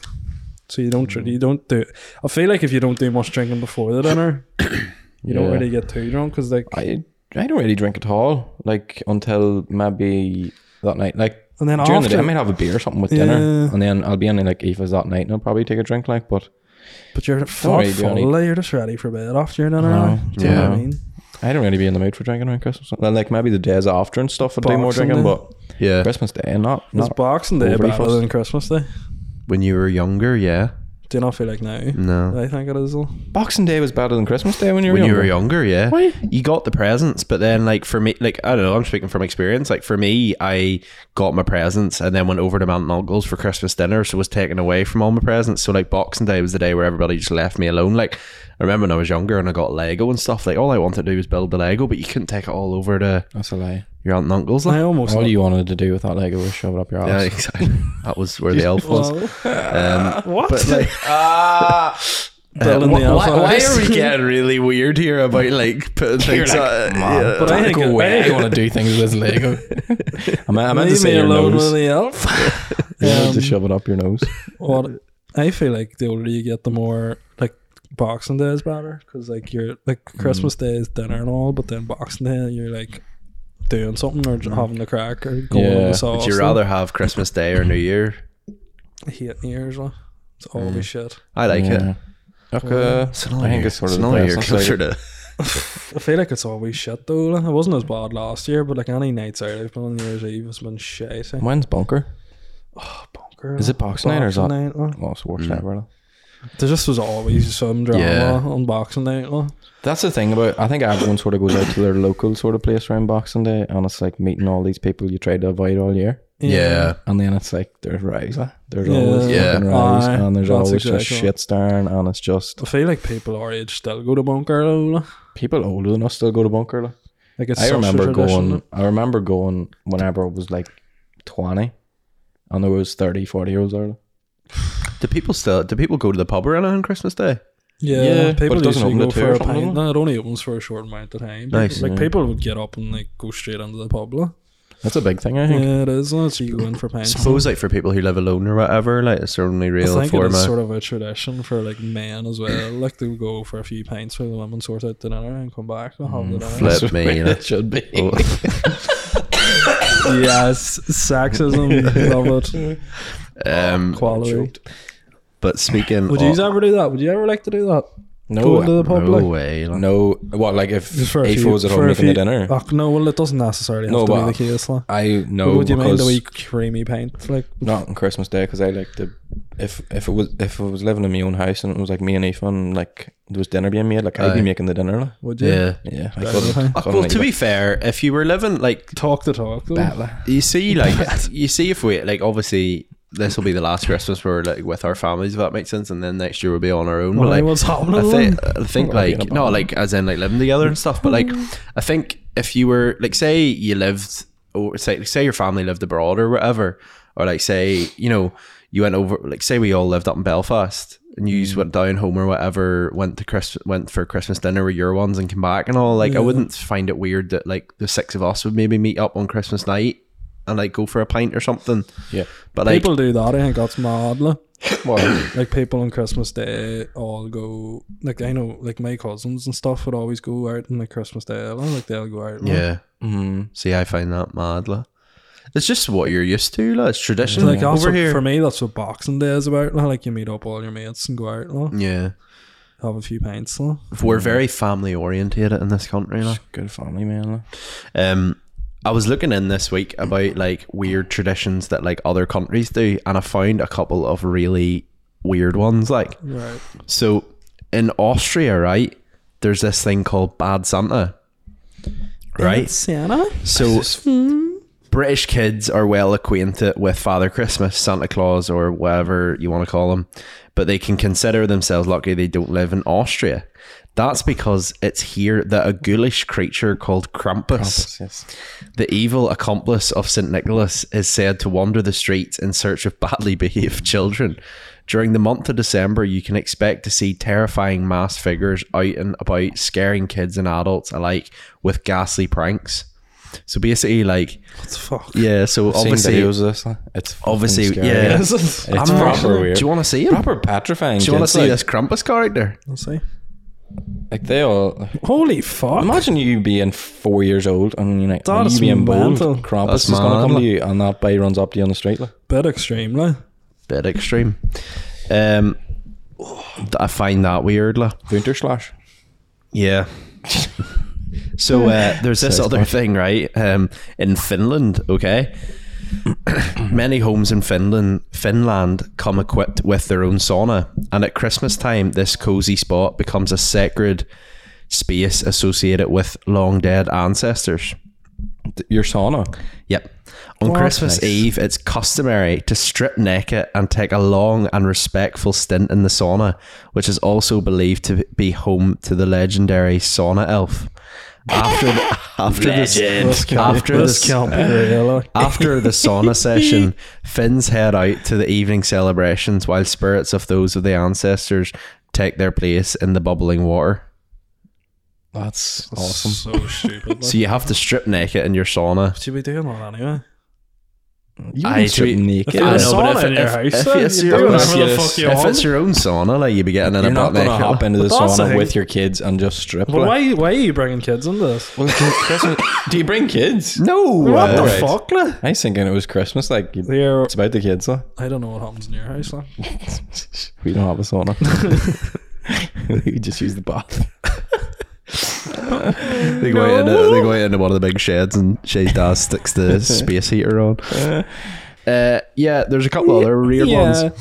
Speaker 3: So you don't
Speaker 2: Mm.
Speaker 3: you don't do. I feel like if you don't do much drinking before the dinner, you don't
Speaker 2: Yeah.
Speaker 3: really get too drunk because like.
Speaker 2: I I don't really drink at all. Like until maybe that night. Like
Speaker 3: And then
Speaker 2: during the day, I
Speaker 3: after-
Speaker 2: might have a beer or something with dinner,
Speaker 3: Yeah.
Speaker 2: and then I'll be on like Eva's that night, and I'll probably take a drink. Like, but
Speaker 3: but you're
Speaker 2: really
Speaker 3: full.
Speaker 2: do any-
Speaker 3: like, You're just ready for bed after your dinner.
Speaker 2: No,
Speaker 3: do you know what
Speaker 1: yeah.
Speaker 3: I mean?
Speaker 2: I don't really be in the mood for drinking around Christmas. Then like maybe the days after and stuff, I do more
Speaker 3: Boxing
Speaker 2: drinking.
Speaker 3: Day.
Speaker 2: But
Speaker 1: Yeah,
Speaker 2: Christmas Day, not
Speaker 3: Is
Speaker 2: not
Speaker 3: Boxing Day
Speaker 2: overly
Speaker 3: better
Speaker 2: fussed.
Speaker 3: than Christmas Day?
Speaker 1: when you were younger, yeah.
Speaker 3: Do you not feel like now?
Speaker 1: No,
Speaker 3: I think it is. though.
Speaker 2: Boxing Day was better than Christmas Day when you were
Speaker 1: when you
Speaker 2: younger.
Speaker 1: were younger, yeah.
Speaker 2: Why?
Speaker 1: You got the presents, but then like for me, like I don't know, I'm speaking from experience. Like for me, I got my presents and then went over to Mount and Uncle's for Christmas dinner, so was taken away from all my presents. So like Boxing Day was the day where everybody just left me alone. Like I remember when I was younger and I got Lego and stuff. Like all I wanted to do was build the Lego, but you couldn't take it all over to
Speaker 2: That's a lie.
Speaker 1: your aunt and uncle's.
Speaker 3: I
Speaker 1: Like.
Speaker 3: almost.
Speaker 2: All you wanted to do with that Lego was shove it up your
Speaker 1: Yeah,
Speaker 2: ass.
Speaker 1: exactly. that was where the elf was.
Speaker 3: well,
Speaker 1: Um,
Speaker 3: what?
Speaker 1: but like, uh,
Speaker 3: Building
Speaker 1: wh-
Speaker 3: the
Speaker 1: why,
Speaker 3: alpha
Speaker 1: why
Speaker 3: house.
Speaker 1: are we getting really weird here about like putting things? out- yeah.
Speaker 3: But I think
Speaker 2: Go
Speaker 3: it-
Speaker 2: away.
Speaker 3: I-
Speaker 2: I want to do things with Lego. I meant, I meant to
Speaker 3: Leave
Speaker 2: say
Speaker 3: me
Speaker 2: your
Speaker 3: alone
Speaker 2: nose.
Speaker 3: with the elf.
Speaker 2: You wanted to
Speaker 3: Um,
Speaker 2: shove it up your nose.
Speaker 3: Well, I feel like the older you get, the more like Boxing Day is better because like you're like
Speaker 2: Mm.
Speaker 3: Christmas Day is dinner and all, but then Boxing Day you're like doing something or just having a crack or going on
Speaker 2: Mm. Yeah.
Speaker 3: the sauce.
Speaker 1: Would you rather have Christmas Day or New Year?
Speaker 3: hating years? Like. It's
Speaker 2: Mm.
Speaker 3: always shit.
Speaker 1: I like
Speaker 2: Yeah.
Speaker 1: it.
Speaker 2: Okay.
Speaker 1: It's
Speaker 2: I
Speaker 1: another
Speaker 2: think
Speaker 1: year.
Speaker 2: it's sort
Speaker 1: It's
Speaker 2: of the
Speaker 1: another year
Speaker 2: best. It's
Speaker 1: closer
Speaker 2: like-
Speaker 1: to.
Speaker 3: I feel like it's always shit though. Like. It wasn't as bad last year, but like any nights out I've been on New Year's Eve, it's been shit.
Speaker 2: When's Bunker?
Speaker 3: Bunker,
Speaker 2: Is it Boxing Night or is
Speaker 3: Boxing
Speaker 2: that?
Speaker 3: Night, like.
Speaker 2: Oh, it's worse than ever.
Speaker 3: There just was always some drama
Speaker 1: Yeah.
Speaker 3: on Boxing Night. Like.
Speaker 2: That's the thing about. I think everyone sort of goes out to their local sort of place around Boxing Day, and it's like meeting all these people you tried to avoid all year,
Speaker 1: Yeah.
Speaker 2: and then it's like there's rallies. eh? There's always
Speaker 1: Yeah.
Speaker 2: fucking
Speaker 3: Yeah.
Speaker 2: rallies,
Speaker 3: Aye,
Speaker 2: and there's
Speaker 3: that's
Speaker 2: always just
Speaker 3: exactly
Speaker 2: shit staring, and it's just
Speaker 3: I feel like people our age still go to bunker though. Like,
Speaker 2: people older than us still go to Bunker. Like.
Speaker 3: like it's
Speaker 2: I
Speaker 3: such a
Speaker 2: remember
Speaker 3: tradition,
Speaker 2: going.
Speaker 3: like.
Speaker 2: I remember going whenever I was like twenty, and there was 30, 40 year olds there. like.
Speaker 1: Do people still? Do people go to the pub around on Christmas Day?
Speaker 3: Yeah,
Speaker 2: Yeah, but
Speaker 3: people
Speaker 2: it doesn't
Speaker 3: usually
Speaker 2: open
Speaker 3: go
Speaker 2: till two
Speaker 3: for
Speaker 2: or
Speaker 3: a
Speaker 2: something,
Speaker 3: pint.
Speaker 2: does
Speaker 3: No, it only opens for a short amount of time.
Speaker 1: Nice.
Speaker 3: like
Speaker 2: Yeah.
Speaker 3: people would get up and like go straight under the pub. Like.
Speaker 2: That's a big thing, I think.
Speaker 3: Yeah, it is. like, So you go in for
Speaker 1: I
Speaker 3: pints.
Speaker 1: suppose like for people who live alone or whatever, like it's their only
Speaker 3: I
Speaker 1: real
Speaker 3: think
Speaker 1: form
Speaker 3: it's
Speaker 1: of.
Speaker 3: sort of a tradition for like men as well. Like they would go for a few pints for the women, sort out the dinner, and come back and
Speaker 2: Mm.
Speaker 3: have the dinner.
Speaker 1: Flip me, you know.
Speaker 2: It should be.
Speaker 1: Oh,
Speaker 3: yes, sexism, love it.
Speaker 1: um,
Speaker 3: Quality.
Speaker 1: but speaking,
Speaker 3: Would you
Speaker 1: of,
Speaker 3: ever do that? Would you ever like to do that?
Speaker 2: Oh. No,
Speaker 3: Go into the pub,
Speaker 1: no
Speaker 3: like?
Speaker 1: way. like-
Speaker 2: No, what like if
Speaker 3: Just for a
Speaker 2: Aoife
Speaker 3: few,
Speaker 2: was at
Speaker 3: for
Speaker 2: home
Speaker 3: a
Speaker 2: making the
Speaker 3: few-
Speaker 2: dinner?
Speaker 3: Ach, no, well, it doesn't necessarily have
Speaker 2: No,
Speaker 3: to
Speaker 2: but-
Speaker 3: be the case. Like.
Speaker 2: I
Speaker 3: But
Speaker 2: know
Speaker 3: would you mind
Speaker 2: because
Speaker 3: a wee creamy pint? Like,
Speaker 2: not on Christmas Day because I like to. If if it was if I was living in my own house and it was like me and Aoife and like there was dinner being made, like I'd
Speaker 1: Aye.
Speaker 2: be making the dinner. Like.
Speaker 3: would you?
Speaker 1: Yeah.
Speaker 2: Yeah, I
Speaker 3: Right,
Speaker 2: couldn't.
Speaker 3: okay.
Speaker 2: couldn't
Speaker 1: Uh, well,
Speaker 2: like
Speaker 1: to
Speaker 2: that.
Speaker 1: be fair, if you were living like
Speaker 3: Talk the talk. Though.
Speaker 2: That, like.
Speaker 1: You see, like you see, if we like, obviously, this will be the last Christmas we're like with our families, if that makes sense, and then next year we'll be on our own.
Speaker 3: Why,
Speaker 1: But, like,
Speaker 3: what's happening
Speaker 1: I,
Speaker 3: then?
Speaker 1: thi- I think,
Speaker 2: Well, I'd be
Speaker 1: like,
Speaker 2: in a
Speaker 1: no,
Speaker 2: band.
Speaker 1: like as in like living together and stuff. But like,
Speaker 3: Mm-hmm.
Speaker 1: I think if you were like, say you lived, or say say your family lived abroad or whatever, or like say you know you went over, like say we all lived up in Belfast. And you
Speaker 3: Mm-hmm.
Speaker 1: just went down home or whatever, went to Chris, went for Christmas dinner with your ones and came back and all. Like, I wouldn't find it weird that like the six of us would maybe meet up on Christmas night and like go for a pint or something.
Speaker 2: Yeah.
Speaker 1: But like,
Speaker 3: people do that. I think that's mad. Like,
Speaker 2: Well,
Speaker 3: like people on Christmas Day all go. Like I know, like my cousins and stuff would always go out on like Christmas Day. Like like, they'll go out. like.
Speaker 1: yeah,
Speaker 2: mm,
Speaker 1: see, I find that mad. Like. It's just what you're used to. Like, it's tradition
Speaker 3: like that's
Speaker 1: over
Speaker 3: what-
Speaker 1: here.
Speaker 3: for me, that's what Boxing Day is about. lah. Like you meet up all your mates and go out, lah,
Speaker 1: yeah,
Speaker 3: have a few pints. lah.
Speaker 1: we're very family orientated in this country. Now.
Speaker 2: Good family man. Like.
Speaker 1: Um, I was looking in this week about like weird traditions that like other countries do, and I found a couple of really weird ones. Like,
Speaker 3: Right.
Speaker 1: so in Austria, right, there's this thing called Bad Santa, right?
Speaker 3: Santa.
Speaker 1: So British kids are well acquainted with Father Christmas, Santa Claus, or whatever you want to call him, but they can consider themselves lucky they don't live in Austria. That's because it's here that a ghoulish creature called Krampus
Speaker 2: Yes.
Speaker 1: the evil accomplice of St. Nicholas is said to wander the streets in search of badly behaved children. During the month of December, you can expect to see terrifying mass figures out and about, scaring kids and adults alike with ghastly pranks. So basically, like,
Speaker 3: What the fuck?
Speaker 1: yeah, so
Speaker 2: Seen
Speaker 1: obviously,
Speaker 2: videos of this. Like. It's fucking
Speaker 1: Obviously,
Speaker 2: scary.
Speaker 1: yeah.
Speaker 2: It's,
Speaker 3: Let's
Speaker 1: I'm
Speaker 2: proper
Speaker 1: not-
Speaker 2: weird.
Speaker 1: Do you want to see him?
Speaker 2: proper petrifying.
Speaker 1: do you want to
Speaker 2: kids,
Speaker 1: see
Speaker 2: like,
Speaker 1: this Krampus character?
Speaker 3: see.
Speaker 2: Like they all.
Speaker 3: Holy fuck!
Speaker 2: Imagine you being four years old and you like
Speaker 3: That
Speaker 2: you
Speaker 3: is
Speaker 2: being bold.
Speaker 3: mental.
Speaker 2: Krampus
Speaker 1: That's
Speaker 2: is gonna
Speaker 1: mad,
Speaker 2: come to
Speaker 1: like.
Speaker 2: you and that boy runs up to you on the street. Like.
Speaker 3: Bit extremely.
Speaker 1: Bit extreme. Um, I find that weird, lah.
Speaker 2: Winter slash.
Speaker 1: Yeah. so uh, there's this other thing, right? Um, in Finland, okay. Many homes in Finland, Finland come equipped with their own sauna, and at Christmas time, this cozy spot becomes a sacred space associated with long dead ancestors.
Speaker 2: Th- Your sauna.
Speaker 1: Yep. On Christmas Eve, it's customary to strip naked and take a long and respectful stint in the sauna, which is also believed to be home to the legendary sauna elf. After the, after
Speaker 3: Let's
Speaker 1: the,
Speaker 3: go.
Speaker 1: after the,
Speaker 3: Let's go. Really?
Speaker 1: after the sauna session, Finns head out to the evening celebrations while spirits of those of the ancestors take their place in the bubbling water.
Speaker 2: That's awesome.
Speaker 3: So stupid.
Speaker 1: So you have to strip naked in your sauna.
Speaker 3: should be doing that anyway.
Speaker 2: You
Speaker 1: I
Speaker 2: can strip
Speaker 1: treat-
Speaker 2: naked.
Speaker 1: I
Speaker 3: There's
Speaker 1: know,
Speaker 3: a
Speaker 1: but
Speaker 3: sauna
Speaker 1: if-
Speaker 3: in your
Speaker 1: if-
Speaker 3: house,
Speaker 1: if
Speaker 3: so
Speaker 1: it's
Speaker 3: you
Speaker 1: your
Speaker 3: do
Speaker 1: own-
Speaker 3: whatever the
Speaker 2: yes.
Speaker 3: fuck you
Speaker 1: If
Speaker 3: want.
Speaker 1: it's your own sauna, like you be getting in
Speaker 2: You're
Speaker 1: a
Speaker 2: not
Speaker 1: butt
Speaker 2: gonna
Speaker 1: naked.
Speaker 2: hop into the
Speaker 3: But that's
Speaker 2: sauna
Speaker 3: like-
Speaker 2: with your kids and just strip.
Speaker 3: But
Speaker 2: like.
Speaker 3: why, why are you bringing kids in this?
Speaker 2: Well, c- Christmas, do you bring kids?
Speaker 1: No,
Speaker 3: What
Speaker 1: uh,
Speaker 3: the
Speaker 2: right.
Speaker 3: fuck, like?
Speaker 2: I was thinking it was Christmas. Like you-
Speaker 3: They're,
Speaker 2: it's about the kids. Huh?
Speaker 3: I don't know what happens in your house, like.
Speaker 2: We don't have a sauna. we just use the bath.
Speaker 1: They go out into they go out into one of the big sheds and Shay's dad sticks the space heater on. Uh, yeah, there's a couple other weird
Speaker 3: yeah.
Speaker 1: ones.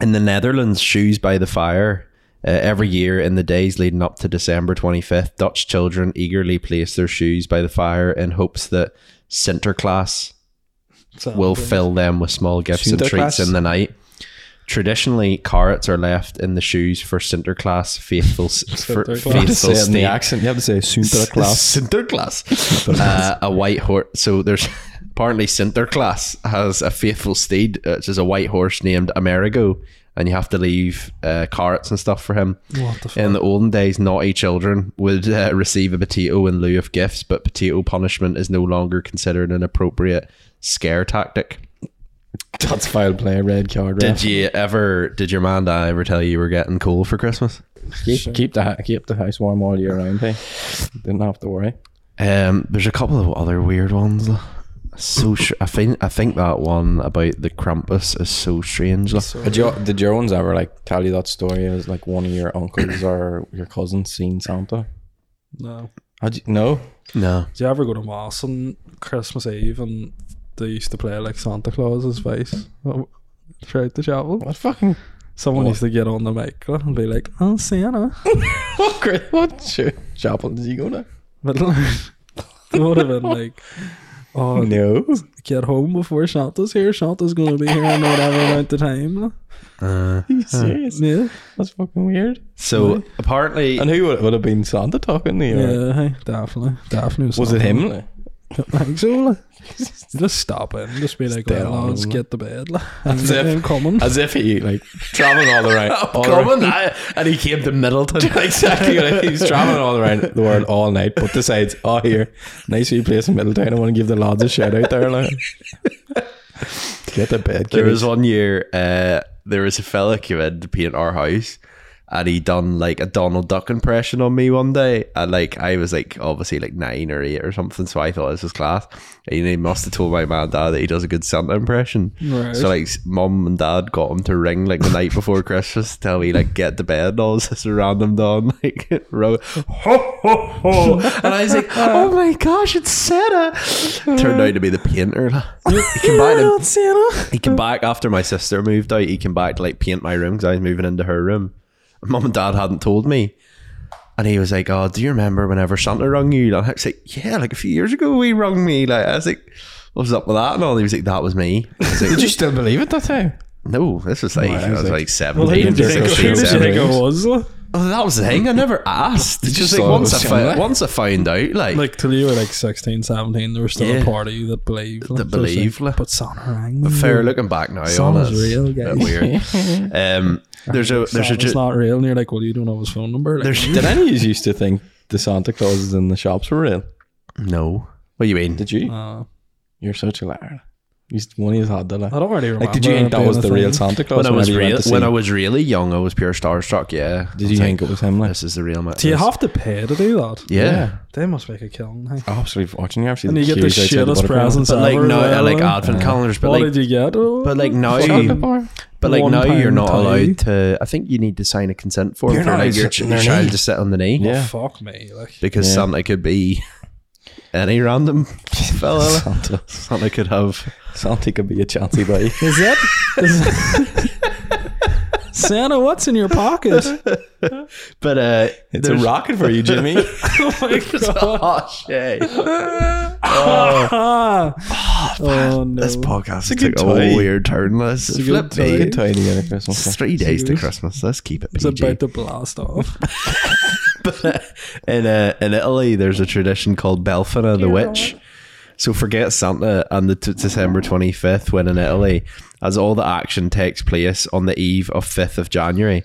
Speaker 1: In the Netherlands, shoes by the fire. Uh, every year, in the days leading up to December 25th, Dutch children eagerly place their shoes by the fire in hopes that Sinterklaas
Speaker 3: So-
Speaker 1: will fill them with small gifts and treats
Speaker 2: Sinterklaas.
Speaker 1: in the night. Traditionally, carrots are left in the shoes for Sinterklaas faithful s- for
Speaker 3: Sinterklaas.
Speaker 2: You have to say
Speaker 1: faithful
Speaker 2: it in the
Speaker 1: stay-
Speaker 2: accent. You have to say Sinterklaas.
Speaker 1: Sinterklaas. Uh, a white horse. So there's apparently Sinterklaas has a faithful steed, uh, which is a white horse named Amerigo, and you have to leave uh, carrots and stuff for him.
Speaker 3: What the fuck?
Speaker 1: In the olden days, naughty children would uh, receive a potato in lieu of gifts, but potato punishment is no longer considered an appropriate scare tactic.
Speaker 2: That's foul play. Red card.
Speaker 1: Did
Speaker 2: Ref.
Speaker 1: you ever? Did your man dad ever tell you you were getting cold for Christmas?
Speaker 2: Keep, keep the ha- keep the house warm all year round. Hey, didn't have to worry.
Speaker 1: Um, there's a couple of other weird ones. So str- I think I think that one about the Krampus is so strange. like.
Speaker 2: Did, you, did your ones ever like tell you that story? It was like one of your uncles or your cousins seen Santa.
Speaker 3: No.
Speaker 2: How'd you know?
Speaker 1: No,
Speaker 3: Do you ever go to mass on Christmas Eve and they used to play like Santa Claus's voice throughout the chapel?
Speaker 2: What fucking
Speaker 3: Someone used to get on the mic like, and be like, "Oh Santa,"
Speaker 2: what great what ch- chapel did you go to?
Speaker 3: but like, it would have been like, "Oh,
Speaker 2: No,
Speaker 3: get home before Santa's here. Santa's gonna be here in whatever amount of time."
Speaker 2: are you serious?
Speaker 3: Yeah,
Speaker 2: That's fucking weird.
Speaker 1: so apparently
Speaker 2: And who would, would have been Santa talking to you? or-
Speaker 3: yeah, hey, definitely, definitely.
Speaker 2: Was it
Speaker 3: Santa.
Speaker 2: him? like?
Speaker 3: I think so. like. just stop it. and Just be like,
Speaker 2: dead
Speaker 3: well,
Speaker 2: on,
Speaker 3: lads,
Speaker 2: isn't it?"
Speaker 3: get to bed." Like, I'm,
Speaker 2: if-
Speaker 3: I'm coming.
Speaker 2: As if he like traveling all around. all
Speaker 1: Common, I- and he came to Middleton.
Speaker 2: around- exactly. Like, he's traveling all around the world all night, but decides, oh here, nice wee place in Middletown. I want to give the lads a shout out there. Like. Get to bed.
Speaker 1: There
Speaker 2: kiddies.
Speaker 1: was one year, uh, there was a fella came in to paint our house, and he done like a Donald Duck impression on me one day. And like I was like obviously like nine or eight or something, so I thought this was class. And he must have told my man and dad that he does a good Santa impression.
Speaker 3: Right.
Speaker 1: So like s- mum and dad got him to ring like the night before Christmas, to tell me like get to bed. And all this is a random Don like ro- ho ho ho, and I was like, oh my gosh, it's Santa. Turned out to be the painter. he came back. to- he came back after my sister moved out. He came back to like paint my room because I was moving into her room. Mum and dad hadn't told me. And he was like, Oh, do you remember whenever Santa rung you? And I was like, Yeah, like a few years ago he rung me. Like I was like, What was up with that? And all he was like, That was me. I was
Speaker 2: Did
Speaker 1: like,
Speaker 2: you still believe it that time?
Speaker 1: No, this was like
Speaker 2: Right,
Speaker 1: I
Speaker 2: I was
Speaker 1: was
Speaker 2: like-
Speaker 1: like
Speaker 3: Well, he
Speaker 1: seventeen.
Speaker 3: didn't think, who did
Speaker 1: 16,
Speaker 3: you think
Speaker 1: 17.
Speaker 3: it was? like?
Speaker 1: Oh, that was the thing. I never asked. It's
Speaker 2: just
Speaker 1: just like
Speaker 2: thought it
Speaker 1: once
Speaker 2: was
Speaker 1: I found,
Speaker 2: similar.
Speaker 1: once I found out, like,
Speaker 3: Like, till you were like 16, 17, there was still
Speaker 1: Yeah.
Speaker 3: a part of you that believed. like,
Speaker 1: That
Speaker 3: so it's
Speaker 1: believed, like.
Speaker 3: Like, but Santa rang me.
Speaker 1: fair looking back now on
Speaker 3: Santa's
Speaker 1: it,
Speaker 3: real,
Speaker 1: it's a
Speaker 3: guys.
Speaker 1: bit weird. um, there's a there's a
Speaker 3: Santa's
Speaker 1: ju-
Speaker 3: not real. And you're like, well, you don't know his phone number. Like,
Speaker 1: there's
Speaker 2: Did any of you used to think the Santa Clauses in the shops were real?
Speaker 1: no. What do you mean?
Speaker 2: Did you?
Speaker 3: uh,
Speaker 2: You're such a liar. You used one of you had that.
Speaker 3: I don't really remember.
Speaker 2: Like, did you think that
Speaker 3: being
Speaker 2: was
Speaker 3: a
Speaker 2: the
Speaker 3: thing.
Speaker 2: real Santa Claus?
Speaker 1: when I was
Speaker 2: whenever you went
Speaker 1: real,
Speaker 2: to
Speaker 1: when
Speaker 2: see-
Speaker 1: I was really young, I was pure starstruck. Yeah.
Speaker 2: did you
Speaker 1: I was
Speaker 2: think it was him?
Speaker 1: like,
Speaker 2: Like,
Speaker 1: this is the real? man?
Speaker 3: Do you have to pay to do that?
Speaker 1: Yeah.
Speaker 2: Yeah.
Speaker 3: They must make a killing. Hey?
Speaker 2: "Oh, absolutely watching you. I've seen
Speaker 3: And you get the
Speaker 2: queues outside
Speaker 3: shittest
Speaker 2: Butterfly.
Speaker 3: presents
Speaker 1: But
Speaker 3: ever.
Speaker 1: like now,
Speaker 3: well,
Speaker 1: I like
Speaker 3: like,
Speaker 1: advent calendars, but
Speaker 3: what
Speaker 1: like,
Speaker 3: did you get? Oh,
Speaker 1: but like
Speaker 3: fucking
Speaker 1: now,
Speaker 2: bar.
Speaker 1: but like
Speaker 3: one
Speaker 1: now,
Speaker 3: pound
Speaker 1: you're not
Speaker 3: tie.
Speaker 1: allowed to. I think you need to sign a consent form
Speaker 2: You're
Speaker 1: for
Speaker 2: not
Speaker 1: like your,
Speaker 2: sitting
Speaker 1: your
Speaker 2: there
Speaker 1: child
Speaker 2: knee.
Speaker 1: to sit on the knee
Speaker 3: Oh,
Speaker 2: Yeah.
Speaker 3: fuck me. Like,
Speaker 1: because
Speaker 2: Yeah.
Speaker 1: Santa could be any random fella.
Speaker 2: Santa,
Speaker 1: Santa could have.
Speaker 2: Santa could be a eh, chancy boy.
Speaker 3: is that is- er Santa? What's in your pocket?
Speaker 1: But uh,
Speaker 2: It's a rocket for you, Jimmy.
Speaker 3: oh my god!
Speaker 1: Oh shit!
Speaker 3: Ah. oh no!
Speaker 1: This podcast
Speaker 2: good
Speaker 1: took a
Speaker 2: toy.
Speaker 1: weird turn. Let's
Speaker 3: a
Speaker 1: flip
Speaker 3: good
Speaker 1: me.
Speaker 2: Good time to get a Christmas.
Speaker 1: It's
Speaker 2: gift.
Speaker 1: three days to
Speaker 3: Serious?
Speaker 1: Christmas. Let's keep it
Speaker 3: it's
Speaker 1: PG.
Speaker 3: about to blast off.
Speaker 1: in uh, in Italy, there's a tradition called Belfina the Witch. So forget Santa and the t- December 25th when in Italy, as all the action takes place on the eve of 5th of January.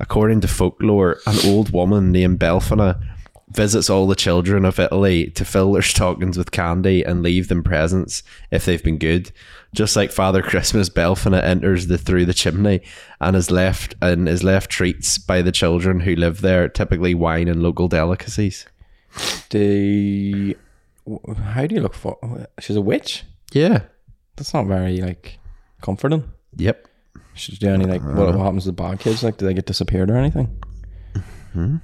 Speaker 1: According to folklore, an old woman named Belfina visits all the children of Italy to fill their stockings with candy and leave them presents if they've been good. Just like Father Christmas, Belfina enters the through the chimney and is left and is left treats by the children who live there, typically wine and local delicacies.
Speaker 2: The w- how do you look for? She's a witch.
Speaker 1: Yeah.
Speaker 2: That's not very like comforting.
Speaker 1: Yep.
Speaker 2: Should do any like what, what happens to the bad kids? Like, do they get disappeared or anything? Mm-hmm. Do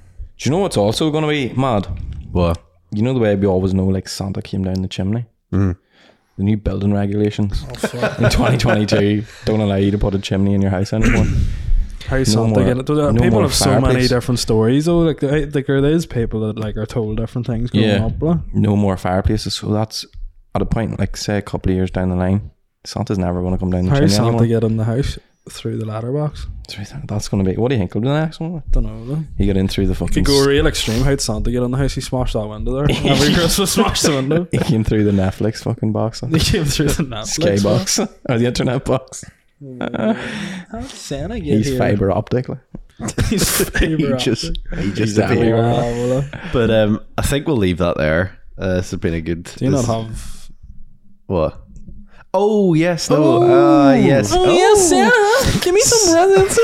Speaker 2: you know what's also going to be mad?
Speaker 1: Well,
Speaker 2: You know the way we always know like Santa came down the chimney. The new building regulations in 2022 don't allow you to put a chimney in your house anymore.
Speaker 3: How Santa
Speaker 2: more-
Speaker 3: get it? There
Speaker 2: no
Speaker 3: are people
Speaker 2: more
Speaker 3: have so many
Speaker 2: fireplace.
Speaker 3: different stories. though. like, there- like there is people that like are told different things growing
Speaker 2: Yeah.
Speaker 3: up. Like.
Speaker 2: no more fireplaces. So that's at a point like say a couple of years down the line, Santa's never going to come down the
Speaker 3: How
Speaker 2: chimney
Speaker 3: is Santa
Speaker 2: anymore.
Speaker 3: get in the house through the ladder box?
Speaker 2: So That's going to be. What do you think will be the next one?
Speaker 3: Don't know. Though.
Speaker 2: He got in through the fucking.
Speaker 3: Could go real extreme. How Santa get in the house? He smashed that window there. Every Christmas, smashed the window.
Speaker 2: he came through the Netflix fucking box,
Speaker 3: He came through the Netflix
Speaker 2: Sky
Speaker 3: box.
Speaker 2: box, or the internet box.
Speaker 3: How did Santa get
Speaker 2: He's
Speaker 3: here?
Speaker 2: fiber optic. like.
Speaker 3: He's
Speaker 1: he
Speaker 3: fiber.
Speaker 1: just he just
Speaker 2: Exactly.
Speaker 1: appeared.
Speaker 3: Wow.
Speaker 1: But um, I think we'll leave that there. Uh, this has been a good.
Speaker 3: Do you not
Speaker 1: this-
Speaker 3: have?
Speaker 1: What? Oh yes, no. Ah yes. Oh,
Speaker 3: Santa, give me some presents.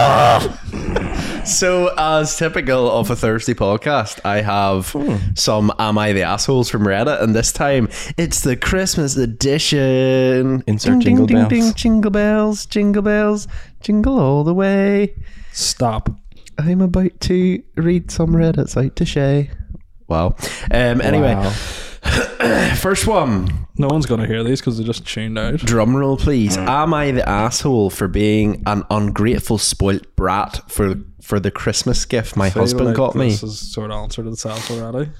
Speaker 1: So as typical of a Thursday podcast, I have
Speaker 3: Hmm.
Speaker 1: some "Am I the Assholes" from Reddit, and this time it's the Christmas edition.
Speaker 2: Insert jingle
Speaker 1: ding, Ding,
Speaker 2: bells.
Speaker 1: ding, jingle bells, jingle bells, jingle all the way.
Speaker 3: Stop.
Speaker 1: I'm about to read some Reddit's out to Shay. Wow. Um. Anyway,
Speaker 2: Wow.
Speaker 1: first one.
Speaker 3: No one's gonna hear these because they just tuned out.
Speaker 1: Drum roll, please.
Speaker 3: Mm.
Speaker 1: Am I the asshole for being an ungrateful, spoilt brat for for the Christmas gift my husband
Speaker 3: Like,
Speaker 1: got me?
Speaker 3: This is sort of answered itself already.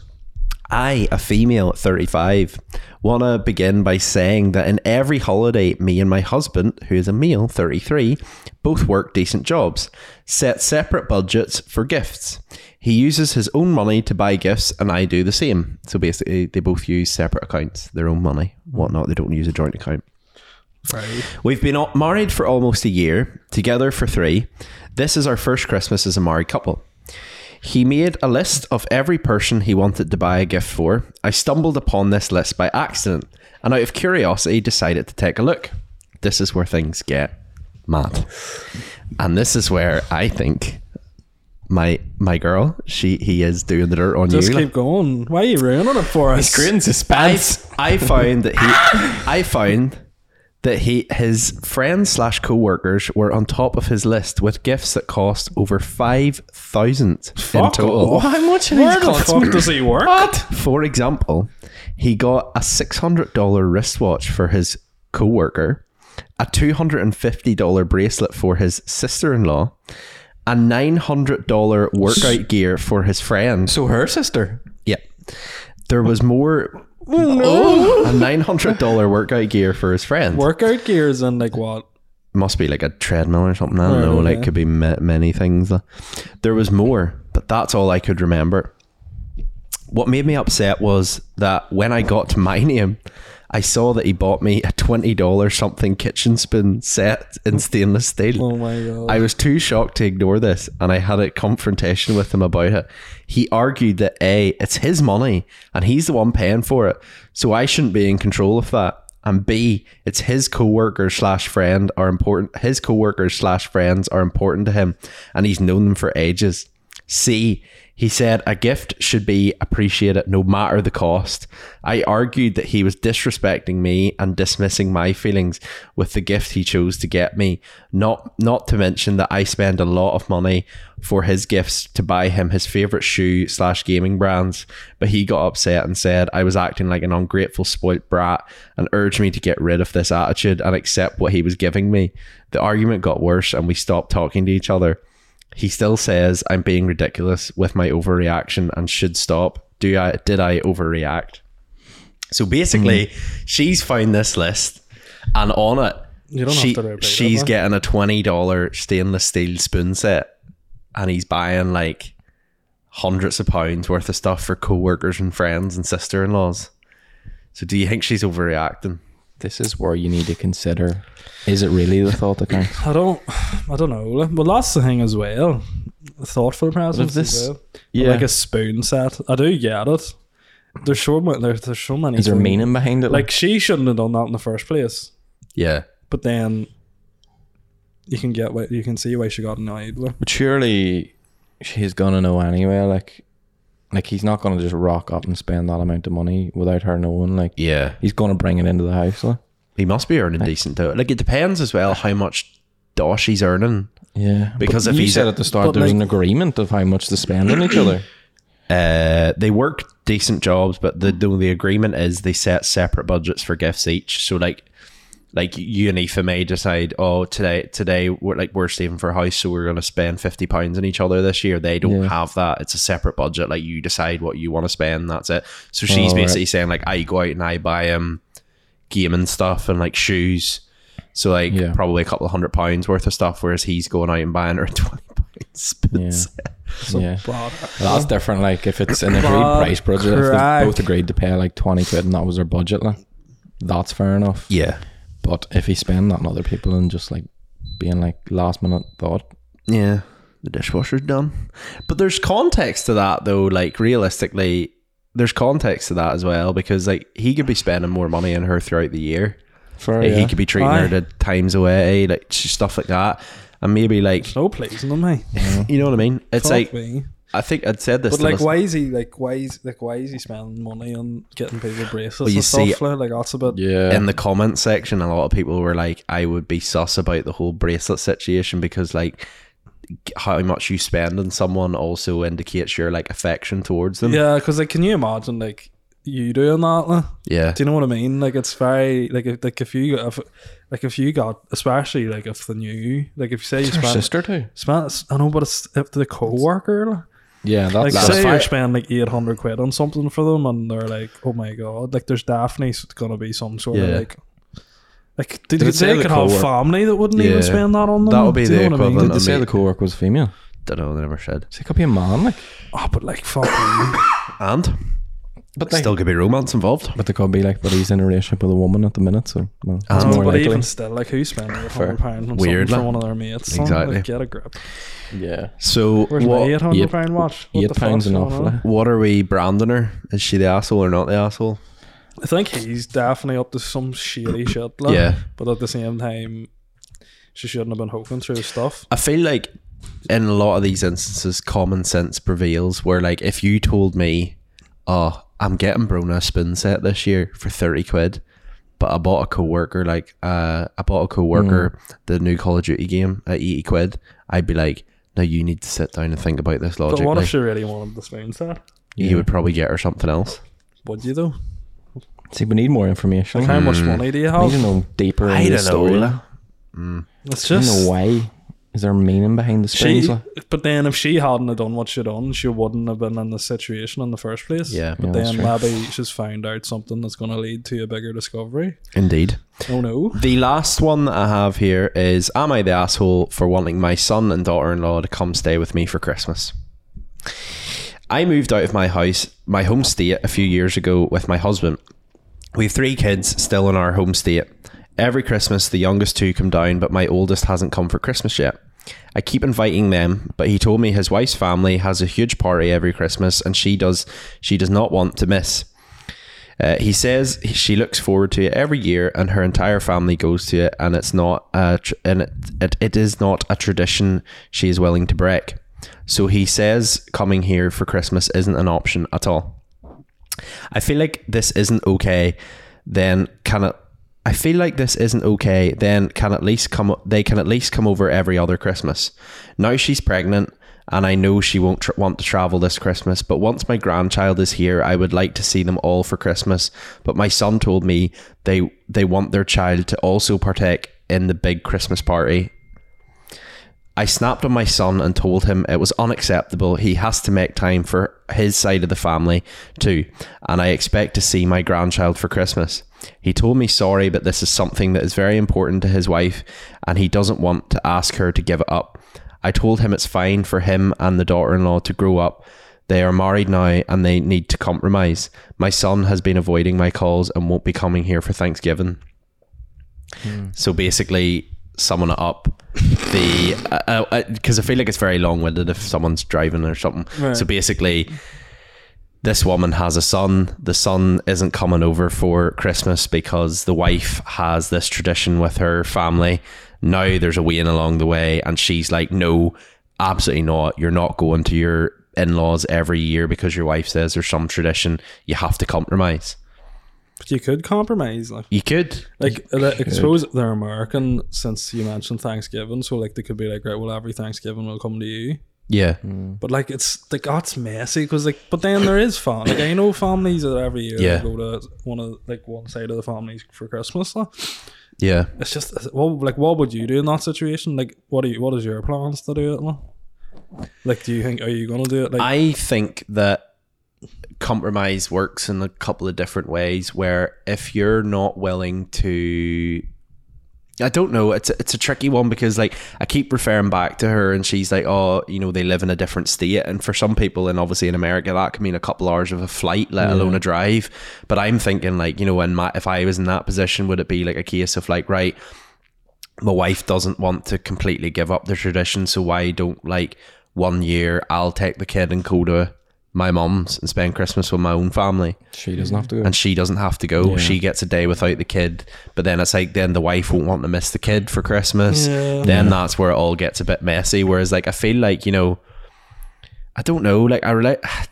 Speaker 1: I, a female at 35, want to begin by saying that in every holiday, me and my husband, who is a male, 33, both work decent jobs, set separate budgets for gifts. He uses his own money to buy gifts, and I do the same. So basically, they both use separate accounts, their own money, whatnot. They don't use a joint account.
Speaker 3: Right.
Speaker 1: We've been o- married for almost a year, together for three. This is our first Christmas as a married couple. He made a list of every person he wanted to buy a gift for. I stumbled upon this list by accident and out of curiosity decided to take a look. This is where things get mad. And this is where I think my my girl, she he is doing the dirt on
Speaker 3: Just
Speaker 1: you.
Speaker 3: keep going. Why are you ruining it for us?
Speaker 2: suspense.
Speaker 1: I found that he I found that he his friends slash co-workers were on top of his list with gifts that cost over five thousand in
Speaker 3: Fuck
Speaker 1: total.
Speaker 3: off.
Speaker 2: I'm watching
Speaker 3: Where the fuck does he work?
Speaker 1: For example, he got a six hundred dollar wristwatch for his coworker, a two hundred and fifty dollar bracelet for his sister in law, a nine hundred dollar workout gear for his friend.
Speaker 2: So her sister.
Speaker 1: Yep. There was more
Speaker 3: Oh.
Speaker 1: a nine hundred dollar workout gear for his friend.
Speaker 3: Workout gears and like what?
Speaker 1: Must be like a treadmill or something. I don't
Speaker 3: Right,
Speaker 1: know. Like
Speaker 3: okay.
Speaker 1: could be ma- many things. There was more, but that's all I could remember. What made me upset was that when I got to my name, I saw that he bought me a twenty dollar something kitchen spoon set in stainless steel.
Speaker 3: Oh my god.
Speaker 1: I was too shocked to ignore this, and I had a confrontation with him about it. He argued that A, it's his money, and he's the one paying for it, so I shouldn't be in control of that. And B, it's his co-worker slash friend are important. His co-workers slash friends are important to him, and he's known them for ages. C, he said a gift should be appreciated no matter the cost. I argued that he was disrespecting me and dismissing my feelings with the gift he chose to get me. Not not to mention that I spend a lot of money for his gifts to buy him his favorite shoe slash gaming brands. But he got upset and said I was acting like an ungrateful spoilt brat and urged me to get rid of this attitude and accept what he was giving me. The argument got worse and we stopped talking to each other. He still says I'm being ridiculous with my overreaction and should stop. Do I did I overreact? So basically, she's found this list and on it
Speaker 3: Mm-hmm. You don't have
Speaker 1: she,
Speaker 3: to repeat it,
Speaker 1: she's
Speaker 3: man.
Speaker 1: getting a $20 stainless steel spoon set and he's buying like hundreds of pounds worth of stuff for co-workers and friends and sister-in-laws. So do you think she's overreacting?
Speaker 2: This is where you need to consider: is it really the thought that counts?
Speaker 3: I don't. I don't know. Well, that's the thing as well. Thoughtful presents
Speaker 2: this-
Speaker 3: as well. Yeah. Like a spoon set. I do get it. There's so many. There's, there's so many.
Speaker 2: Is there
Speaker 3: things-
Speaker 2: meaning behind it?
Speaker 3: Like she shouldn't have done that in the first place.
Speaker 1: Yeah.
Speaker 3: But then you can get why you can see why she got annoyed. With.
Speaker 2: but surely she's gonna know anyway. Like, like he's not gonna just rock up and spend that amount of money without her knowing. Like,
Speaker 1: Yeah.
Speaker 2: he's gonna bring it into the house. Like.
Speaker 1: He must be earning decent though. Like it depends as well how much dosh he's earning.
Speaker 2: Yeah,
Speaker 1: Because
Speaker 2: but
Speaker 1: if
Speaker 2: you
Speaker 1: he's
Speaker 2: said
Speaker 1: a-
Speaker 2: at the start
Speaker 3: but
Speaker 2: there's
Speaker 3: like-
Speaker 2: an agreement of how much to spend on each other.
Speaker 1: Uh, they work decent jobs, but the, the the agreement is they set separate budgets for gifts each. So like, like you and Aoife may decide, oh today today we're like we're saving for a house, so we're gonna spend fifty pounds on each other this year. They don't
Speaker 2: Yeah.
Speaker 1: have that; it's a separate budget. Like you decide what you want to spend, that's it. So she's
Speaker 2: Oh, right.
Speaker 1: basically saying like, I go out and I buy um gaming stuff and like shoes. So like
Speaker 2: Yeah.
Speaker 1: probably a couple of hundred pounds worth of stuff, whereas he's going out and buying her a twenty pounds.
Speaker 2: Yeah. yeah,
Speaker 3: But
Speaker 2: that's different. Like if it's an agreed
Speaker 3: But
Speaker 2: price budget, if they
Speaker 3: crack.
Speaker 2: both agreed to pay like twenty quid and that was their budget, like, that's fair enough.
Speaker 1: yeah,
Speaker 2: But if he spend that on other people and just like being like last minute thought,
Speaker 1: Yeah, the dishwasher's done. But there's context to that though. Like realistically, there's context to that as well because like he could be spending more money on her throughout the year.
Speaker 2: fair.
Speaker 1: Like,
Speaker 2: yeah.
Speaker 1: He could be treating
Speaker 3: Oh, Aye.
Speaker 1: her to times away, like sh- stuff like that, and maybe like
Speaker 3: no pleasing on me.
Speaker 1: you know what I mean. It's
Speaker 3: Fuck
Speaker 1: like
Speaker 3: me.
Speaker 1: I think I'd said this.
Speaker 3: But
Speaker 1: to
Speaker 3: like,
Speaker 1: listen-
Speaker 3: why is he like? Why is like? Why is he spending money on getting people bracelets
Speaker 1: you
Speaker 3: and stuff?
Speaker 1: see-
Speaker 3: like, like that's a bit.
Speaker 2: yeah,
Speaker 1: in the comment section, a lot of people were like, "I would be sus about the whole bracelet situation because like." g- How much you spend on someone also indicates your like affection towards them.
Speaker 3: Yeah, because like, can you imagine like you doing that? Like?
Speaker 1: yeah.
Speaker 3: Do you know what I mean? Like, it's very like if like if you if, like if you got especially like if the new like if you say you
Speaker 2: her
Speaker 3: spend,
Speaker 2: sister too.
Speaker 3: spend I know, but it's if the coworker like,
Speaker 2: Yeah,
Speaker 3: Like
Speaker 2: that's, that's
Speaker 3: say
Speaker 2: fair.
Speaker 3: you spend like eight hundred quid on something for them, and they're like, "Oh my god!" Like there's definitely gonna be some sort
Speaker 1: Yeah.
Speaker 3: of like, like did
Speaker 2: Did
Speaker 3: you
Speaker 2: it say
Speaker 3: say
Speaker 2: the
Speaker 3: they could have
Speaker 2: co-work?
Speaker 3: family that wouldn't
Speaker 1: Yeah.
Speaker 3: even spend that on them?
Speaker 1: That would be
Speaker 3: Do you
Speaker 1: the
Speaker 3: know what I mean?
Speaker 1: equivalent
Speaker 2: Did they say
Speaker 1: mate.
Speaker 2: the co-worker was female?
Speaker 1: Don't know. They never said.
Speaker 2: So it could be a man, like,
Speaker 3: Oh, but like fucking
Speaker 2: Ah,
Speaker 1: And
Speaker 2: but like,
Speaker 1: Still could be romance involved.
Speaker 2: but they could be like, but he's in a relationship with a woman at the minute, so well, it's
Speaker 1: Um,
Speaker 2: more
Speaker 3: no, but
Speaker 2: likely.
Speaker 3: even still, like who spent eight hundred pound on
Speaker 1: Weird,
Speaker 3: something
Speaker 1: like.
Speaker 3: for one of their mates? Son?
Speaker 1: Exactly.
Speaker 3: Like, get a grip.
Speaker 2: yeah,
Speaker 1: So
Speaker 3: Where's
Speaker 1: what?
Speaker 3: my eight
Speaker 2: eight-
Speaker 3: hundred pound watch? What
Speaker 2: eight
Speaker 3: the fuck's
Speaker 2: pounds enough.
Speaker 3: going on?
Speaker 2: Like.
Speaker 1: What are we branding her? Is she the asshole or not the asshole?
Speaker 3: I think he's definitely up to some shady shit. Like,
Speaker 1: Yeah.
Speaker 3: but at the same time, she shouldn't have been hooking through stuff.
Speaker 1: I feel like in a lot of these instances, common sense prevails. Where like if you told me, "Oh, I'm getting Brona a spin set this year for thirty quid," but I bought a coworker like uh, I bought a coworker
Speaker 3: Hmm.
Speaker 1: the new Call of Duty game at eighty quid, I'd be like, "No, you need to sit down and think about this
Speaker 3: But
Speaker 1: logically."
Speaker 3: what if she really wanted the spoon set?
Speaker 1: You would probably get her something else.
Speaker 3: Would you though?
Speaker 2: See, we need more information.
Speaker 3: Like,
Speaker 2: Hmm. We
Speaker 3: how much money do you
Speaker 2: need to
Speaker 3: have?
Speaker 2: know deeper
Speaker 1: I
Speaker 2: into the
Speaker 1: don't know,
Speaker 2: story.
Speaker 1: Ola.
Speaker 3: It's
Speaker 2: I don't
Speaker 3: just
Speaker 2: know why. Is there meaning behind the
Speaker 3: she.
Speaker 2: spoons? like?
Speaker 3: But then, if she hadn't have done what she done, she wouldn't have been in this situation in the first place.
Speaker 1: Yeah,
Speaker 2: Yeah,
Speaker 3: But
Speaker 2: that's
Speaker 3: then
Speaker 2: true.
Speaker 3: maybe she's found out something that's going to lead to a bigger discovery.
Speaker 1: indeed.
Speaker 3: Oh no!
Speaker 1: The last one that I have here is Am I the asshole for wanting my son and daughter in law to come stay with me for Christmas? I moved out of my house, my home state, a few years ago with my husband. We have three kids still in our home state. Every Christmas, the youngest two come down, but my oldest hasn't come for Christmas yet. I keep inviting them, but he told me his wife's family has a huge party every Christmas, and she does she does not want to miss. Uh, he says she looks forward to it every year, and her entire family goes to it, and it's not a tr- and it, it, it is not a tradition she is willing to break. So he says coming here for Christmas isn't an option at all. I feel like this isn't okay. Then can it? I feel like this isn't okay. Then can at least come. They can at least come over every other Christmas. Now she's pregnant, and I know she won't tr- want to travel this Christmas. But once my grandchild is here, I would like to see them all for Christmas. But my son told me they they want their child to also partake in the big Christmas party I snapped on my son and told him it was unacceptable. He has to make time for his side of the family too, and I expect to see my grandchild for Christmas. He told me sorry, but this is something that is very important to his wife, and he doesn't want to ask her to give it up. I told him it's fine for him and the daughter in law to grow up. They are married now and they need to compromise. My son has been avoiding my calls and won't be coming here for Thanksgiving. So basically, summing it up, the because uh, uh 'cause I feel like it's very long winded if someone's driving or something.
Speaker 3: Right.
Speaker 1: So basically, this woman has a son. The son isn't coming over for Christmas because the wife has this tradition with her family. Now there's a wean along the way, and she's like, "No, absolutely not. You're not going to your in-laws every year because your wife says there's some tradition. You have to compromise.
Speaker 3: But you could compromise, like.
Speaker 1: You could,
Speaker 3: Like, I suppose they're American since you mentioned Thanksgiving, so like they could be like, right, well, every Thanksgiving will come to you.
Speaker 1: yeah."
Speaker 3: But like, it's like that's messy because like, but then there is family. Like, I know families that every year they
Speaker 1: Yeah.
Speaker 3: go to one of like one side of the families for Christmas. Like,
Speaker 1: Yeah,
Speaker 3: it's just well, like, what would you do in that situation? Like, what are you? What is your plans to do it? Like, like do you think are you gonna do it? Like,
Speaker 1: I think that compromise works in a couple of different ways. Where if you're not willing to, I don't know. It's a, it's a tricky one because like I keep referring back to her, and she's like, oh, you know, they live in a different state, and for some people, and obviously in America, that can mean a couple hours of a flight, let alone a drive. But I'm thinking like, you know, when my if I was in that position, would it be like a case of like, right? my wife doesn't want to completely give up the tradition, so why don't like one year I'll take the kid and go to my mum's and spend Christmas with my own family,
Speaker 2: She doesn't have to go.
Speaker 1: and she doesn't have to go. She gets a day without the kid, but then it's like then the wife won't want to miss the kid for Christmas.
Speaker 3: Yeah.
Speaker 1: Then that's where it all gets a bit messy. Whereas like I feel like you know, I don't know, like I relate.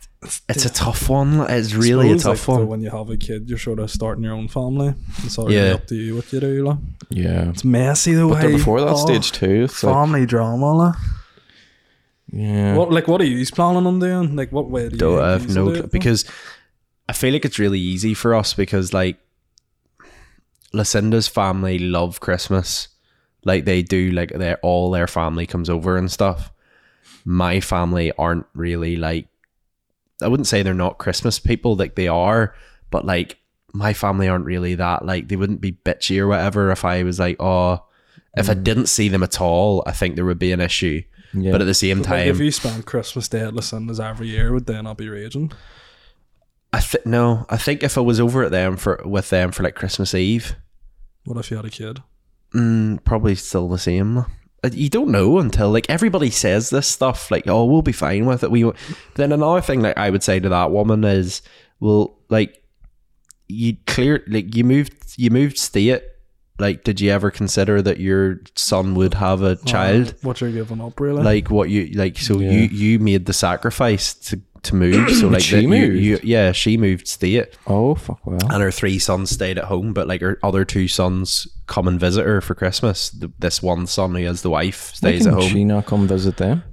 Speaker 1: It's a tough one. It's really a
Speaker 3: suppose,
Speaker 1: tough
Speaker 3: like,
Speaker 1: one.
Speaker 3: When you have a kid, you're sort of starting your own family. It's already
Speaker 1: Yeah.
Speaker 3: up to you what you do. Like.
Speaker 2: yeah.
Speaker 3: It's messy the
Speaker 2: But
Speaker 3: way.
Speaker 2: they're before that
Speaker 3: oh,
Speaker 2: stage too. It's like,
Speaker 3: family drama. Like.
Speaker 2: yeah.
Speaker 3: What like what are you planning on doing? Like what way do you
Speaker 1: don't
Speaker 3: think
Speaker 1: have
Speaker 3: yous
Speaker 1: no
Speaker 3: will do
Speaker 1: clue
Speaker 3: it?
Speaker 1: because I feel like it's really easy for us because like Lucinda's family love Christmas, like they do. Like their all their family comes over and stuff. My family aren't really like I wouldn't say they're not Christmas people, like they are, but like my family aren't really that. Like they wouldn't be bitchy or whatever if I was like, oh, if
Speaker 3: Mm.
Speaker 1: I didn't see them at all, I think there would be an issue.
Speaker 2: Yeah.
Speaker 1: But at the same
Speaker 3: Like, if
Speaker 1: time,
Speaker 3: you spend Christmas Day at Lucinda's every year, would then I'll be raging.
Speaker 1: I think no. I think if I was over at them for with them for like Christmas Eve,
Speaker 3: What if you had a kid?
Speaker 1: mm, probably still the same. Uh, You don't know until like everybody says this stuff. Like, oh, we'll be fine with it. We won't." then another thing like I would say to that woman is, well, like you clear like you moved you moved state like did you ever consider that your son would have a child?
Speaker 3: Um, What you're giving up, really?
Speaker 1: like what you like so
Speaker 2: Yeah.
Speaker 1: you you made the sacrifice to to move so like
Speaker 2: She
Speaker 1: that you-
Speaker 2: moved?
Speaker 1: you- yeah she moved state
Speaker 2: Oh fuck well.
Speaker 1: and her three sons stayed at home but like her other two sons come and visit her for christmas Th this one son who has the wife
Speaker 2: Why
Speaker 1: stays at
Speaker 2: couldn't
Speaker 1: home
Speaker 2: She not come visit them.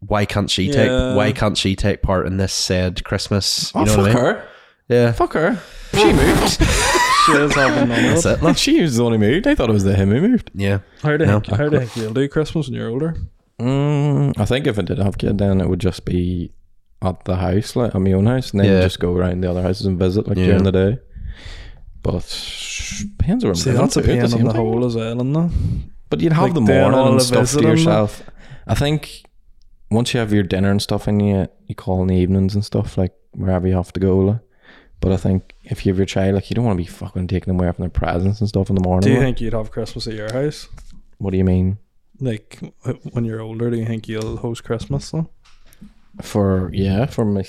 Speaker 1: why can't she
Speaker 3: Yeah.
Speaker 1: take why can't she take part in this said christmas you know what i mean
Speaker 2: Oh, her.
Speaker 1: yeah
Speaker 2: Fuck her. She moved.
Speaker 3: she is having none of
Speaker 1: that's
Speaker 3: it.
Speaker 1: it love.
Speaker 2: she was the only moved. I thought it was the him who moved.
Speaker 1: yeah
Speaker 3: How the
Speaker 1: No.
Speaker 3: heck, how the heck you'll do Christmas when you're older?
Speaker 2: Mm, I think if I did have a kid, then it would just be at the house, like at my own house, and then
Speaker 1: Yeah.
Speaker 2: just go around the other houses and visit like
Speaker 1: Yeah.
Speaker 2: during the day. But depends where I'm
Speaker 3: See,
Speaker 2: living
Speaker 3: that's a
Speaker 2: too, it
Speaker 3: pain in
Speaker 2: seems
Speaker 3: the
Speaker 2: like.
Speaker 3: hole as well, isn't it?
Speaker 2: But you'd have
Speaker 3: Like
Speaker 2: the
Speaker 3: doing
Speaker 2: morning
Speaker 3: all
Speaker 2: and
Speaker 3: the
Speaker 2: stuff to
Speaker 3: visiting, like-
Speaker 2: yourself. I think once you have your dinner and stuff and you you call in the evenings and stuff, like wherever you have to go. Like. But I think if you have your child, like you don't want to be fucking taking them away from their presents and stuff in the morning.
Speaker 3: Do you
Speaker 2: like.
Speaker 3: think you'd have Christmas at your house?
Speaker 2: What do you mean?
Speaker 3: Like w- when you're older, do you think you'll host Christmas? Though?
Speaker 2: For yeah, for my,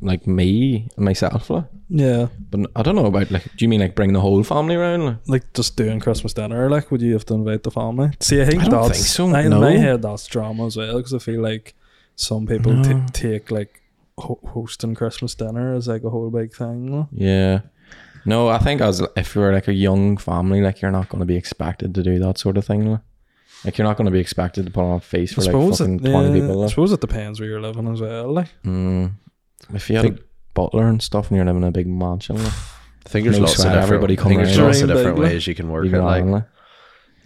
Speaker 2: like me myself, like.
Speaker 3: Yeah,
Speaker 2: But n- I don't know about like. Do you mean like bring the whole family around? Like?
Speaker 3: like just doing Christmas dinner. Like, would you have to invite the family? See, I think
Speaker 2: I don't
Speaker 3: that's
Speaker 2: think so,
Speaker 3: I, in
Speaker 2: no.
Speaker 3: my head that's drama as well because I feel like some people t-
Speaker 2: No.
Speaker 3: take like ho- hosting Christmas dinner as like a whole big thing. no?
Speaker 2: Yeah. No, I think as if you're like a young family, like you're not going to be expected to do that sort of thing. Like, like you're not going to be expected to put on a face for like fucking twenty
Speaker 3: yeah,
Speaker 2: people.
Speaker 3: I
Speaker 2: Like.
Speaker 3: uh, suppose it depends where you're living as well. Like,
Speaker 2: Mm. If you had a butler and stuff, and you're living in a big mansion, like,
Speaker 1: i think there's
Speaker 2: No
Speaker 1: lots of
Speaker 2: sweat,
Speaker 1: different
Speaker 2: everybody
Speaker 1: i think
Speaker 2: come
Speaker 1: there's
Speaker 2: around.
Speaker 1: lots of
Speaker 3: Dream
Speaker 1: different
Speaker 3: big, like.
Speaker 1: ways you can work
Speaker 2: you'd
Speaker 1: it like
Speaker 2: rather, like,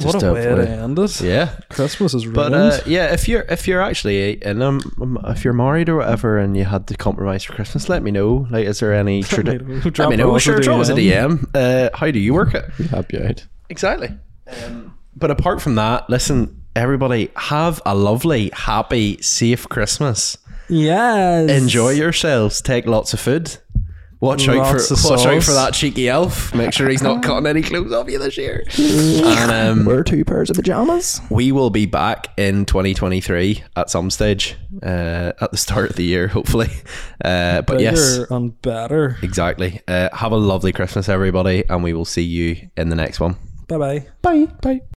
Speaker 1: just
Speaker 3: what a
Speaker 1: to
Speaker 3: way to
Speaker 1: avoid-
Speaker 3: end it.
Speaker 1: yeah
Speaker 3: Christmas is ruined.
Speaker 1: But uh, yeah, if you're if you're actually and um, if you're married or whatever, and you had to compromise for Christmas, let me know. Like, is there any?
Speaker 3: Let me
Speaker 1: Tradi-
Speaker 3: know.
Speaker 1: let
Speaker 3: Drop
Speaker 1: me
Speaker 3: us
Speaker 1: know.
Speaker 3: a
Speaker 1: Sure, drop us a
Speaker 3: DM.
Speaker 1: DM. Uh, how do you work it?
Speaker 2: You'd help you out.
Speaker 1: Exactly. Um, but apart from that, listen, everybody, have a lovely, happy, safe Christmas.
Speaker 3: yes,
Speaker 1: Enjoy yourselves. Take lots of food. Watch out
Speaker 3: Lots
Speaker 1: for
Speaker 3: of
Speaker 1: watch out
Speaker 3: sauce.
Speaker 1: for that cheeky elf. Make sure he's not cutting any clothes off you this year. and um,
Speaker 2: Wear two pairs of pajamas.
Speaker 1: we will be back in 2023 at some stage uh, at the start of the year hopefully uh, but yes
Speaker 3: bigger and better.
Speaker 1: exactly uh, have a lovely christmas everybody and we will see you in the next one
Speaker 3: Bye bye.
Speaker 2: Bye. Bye.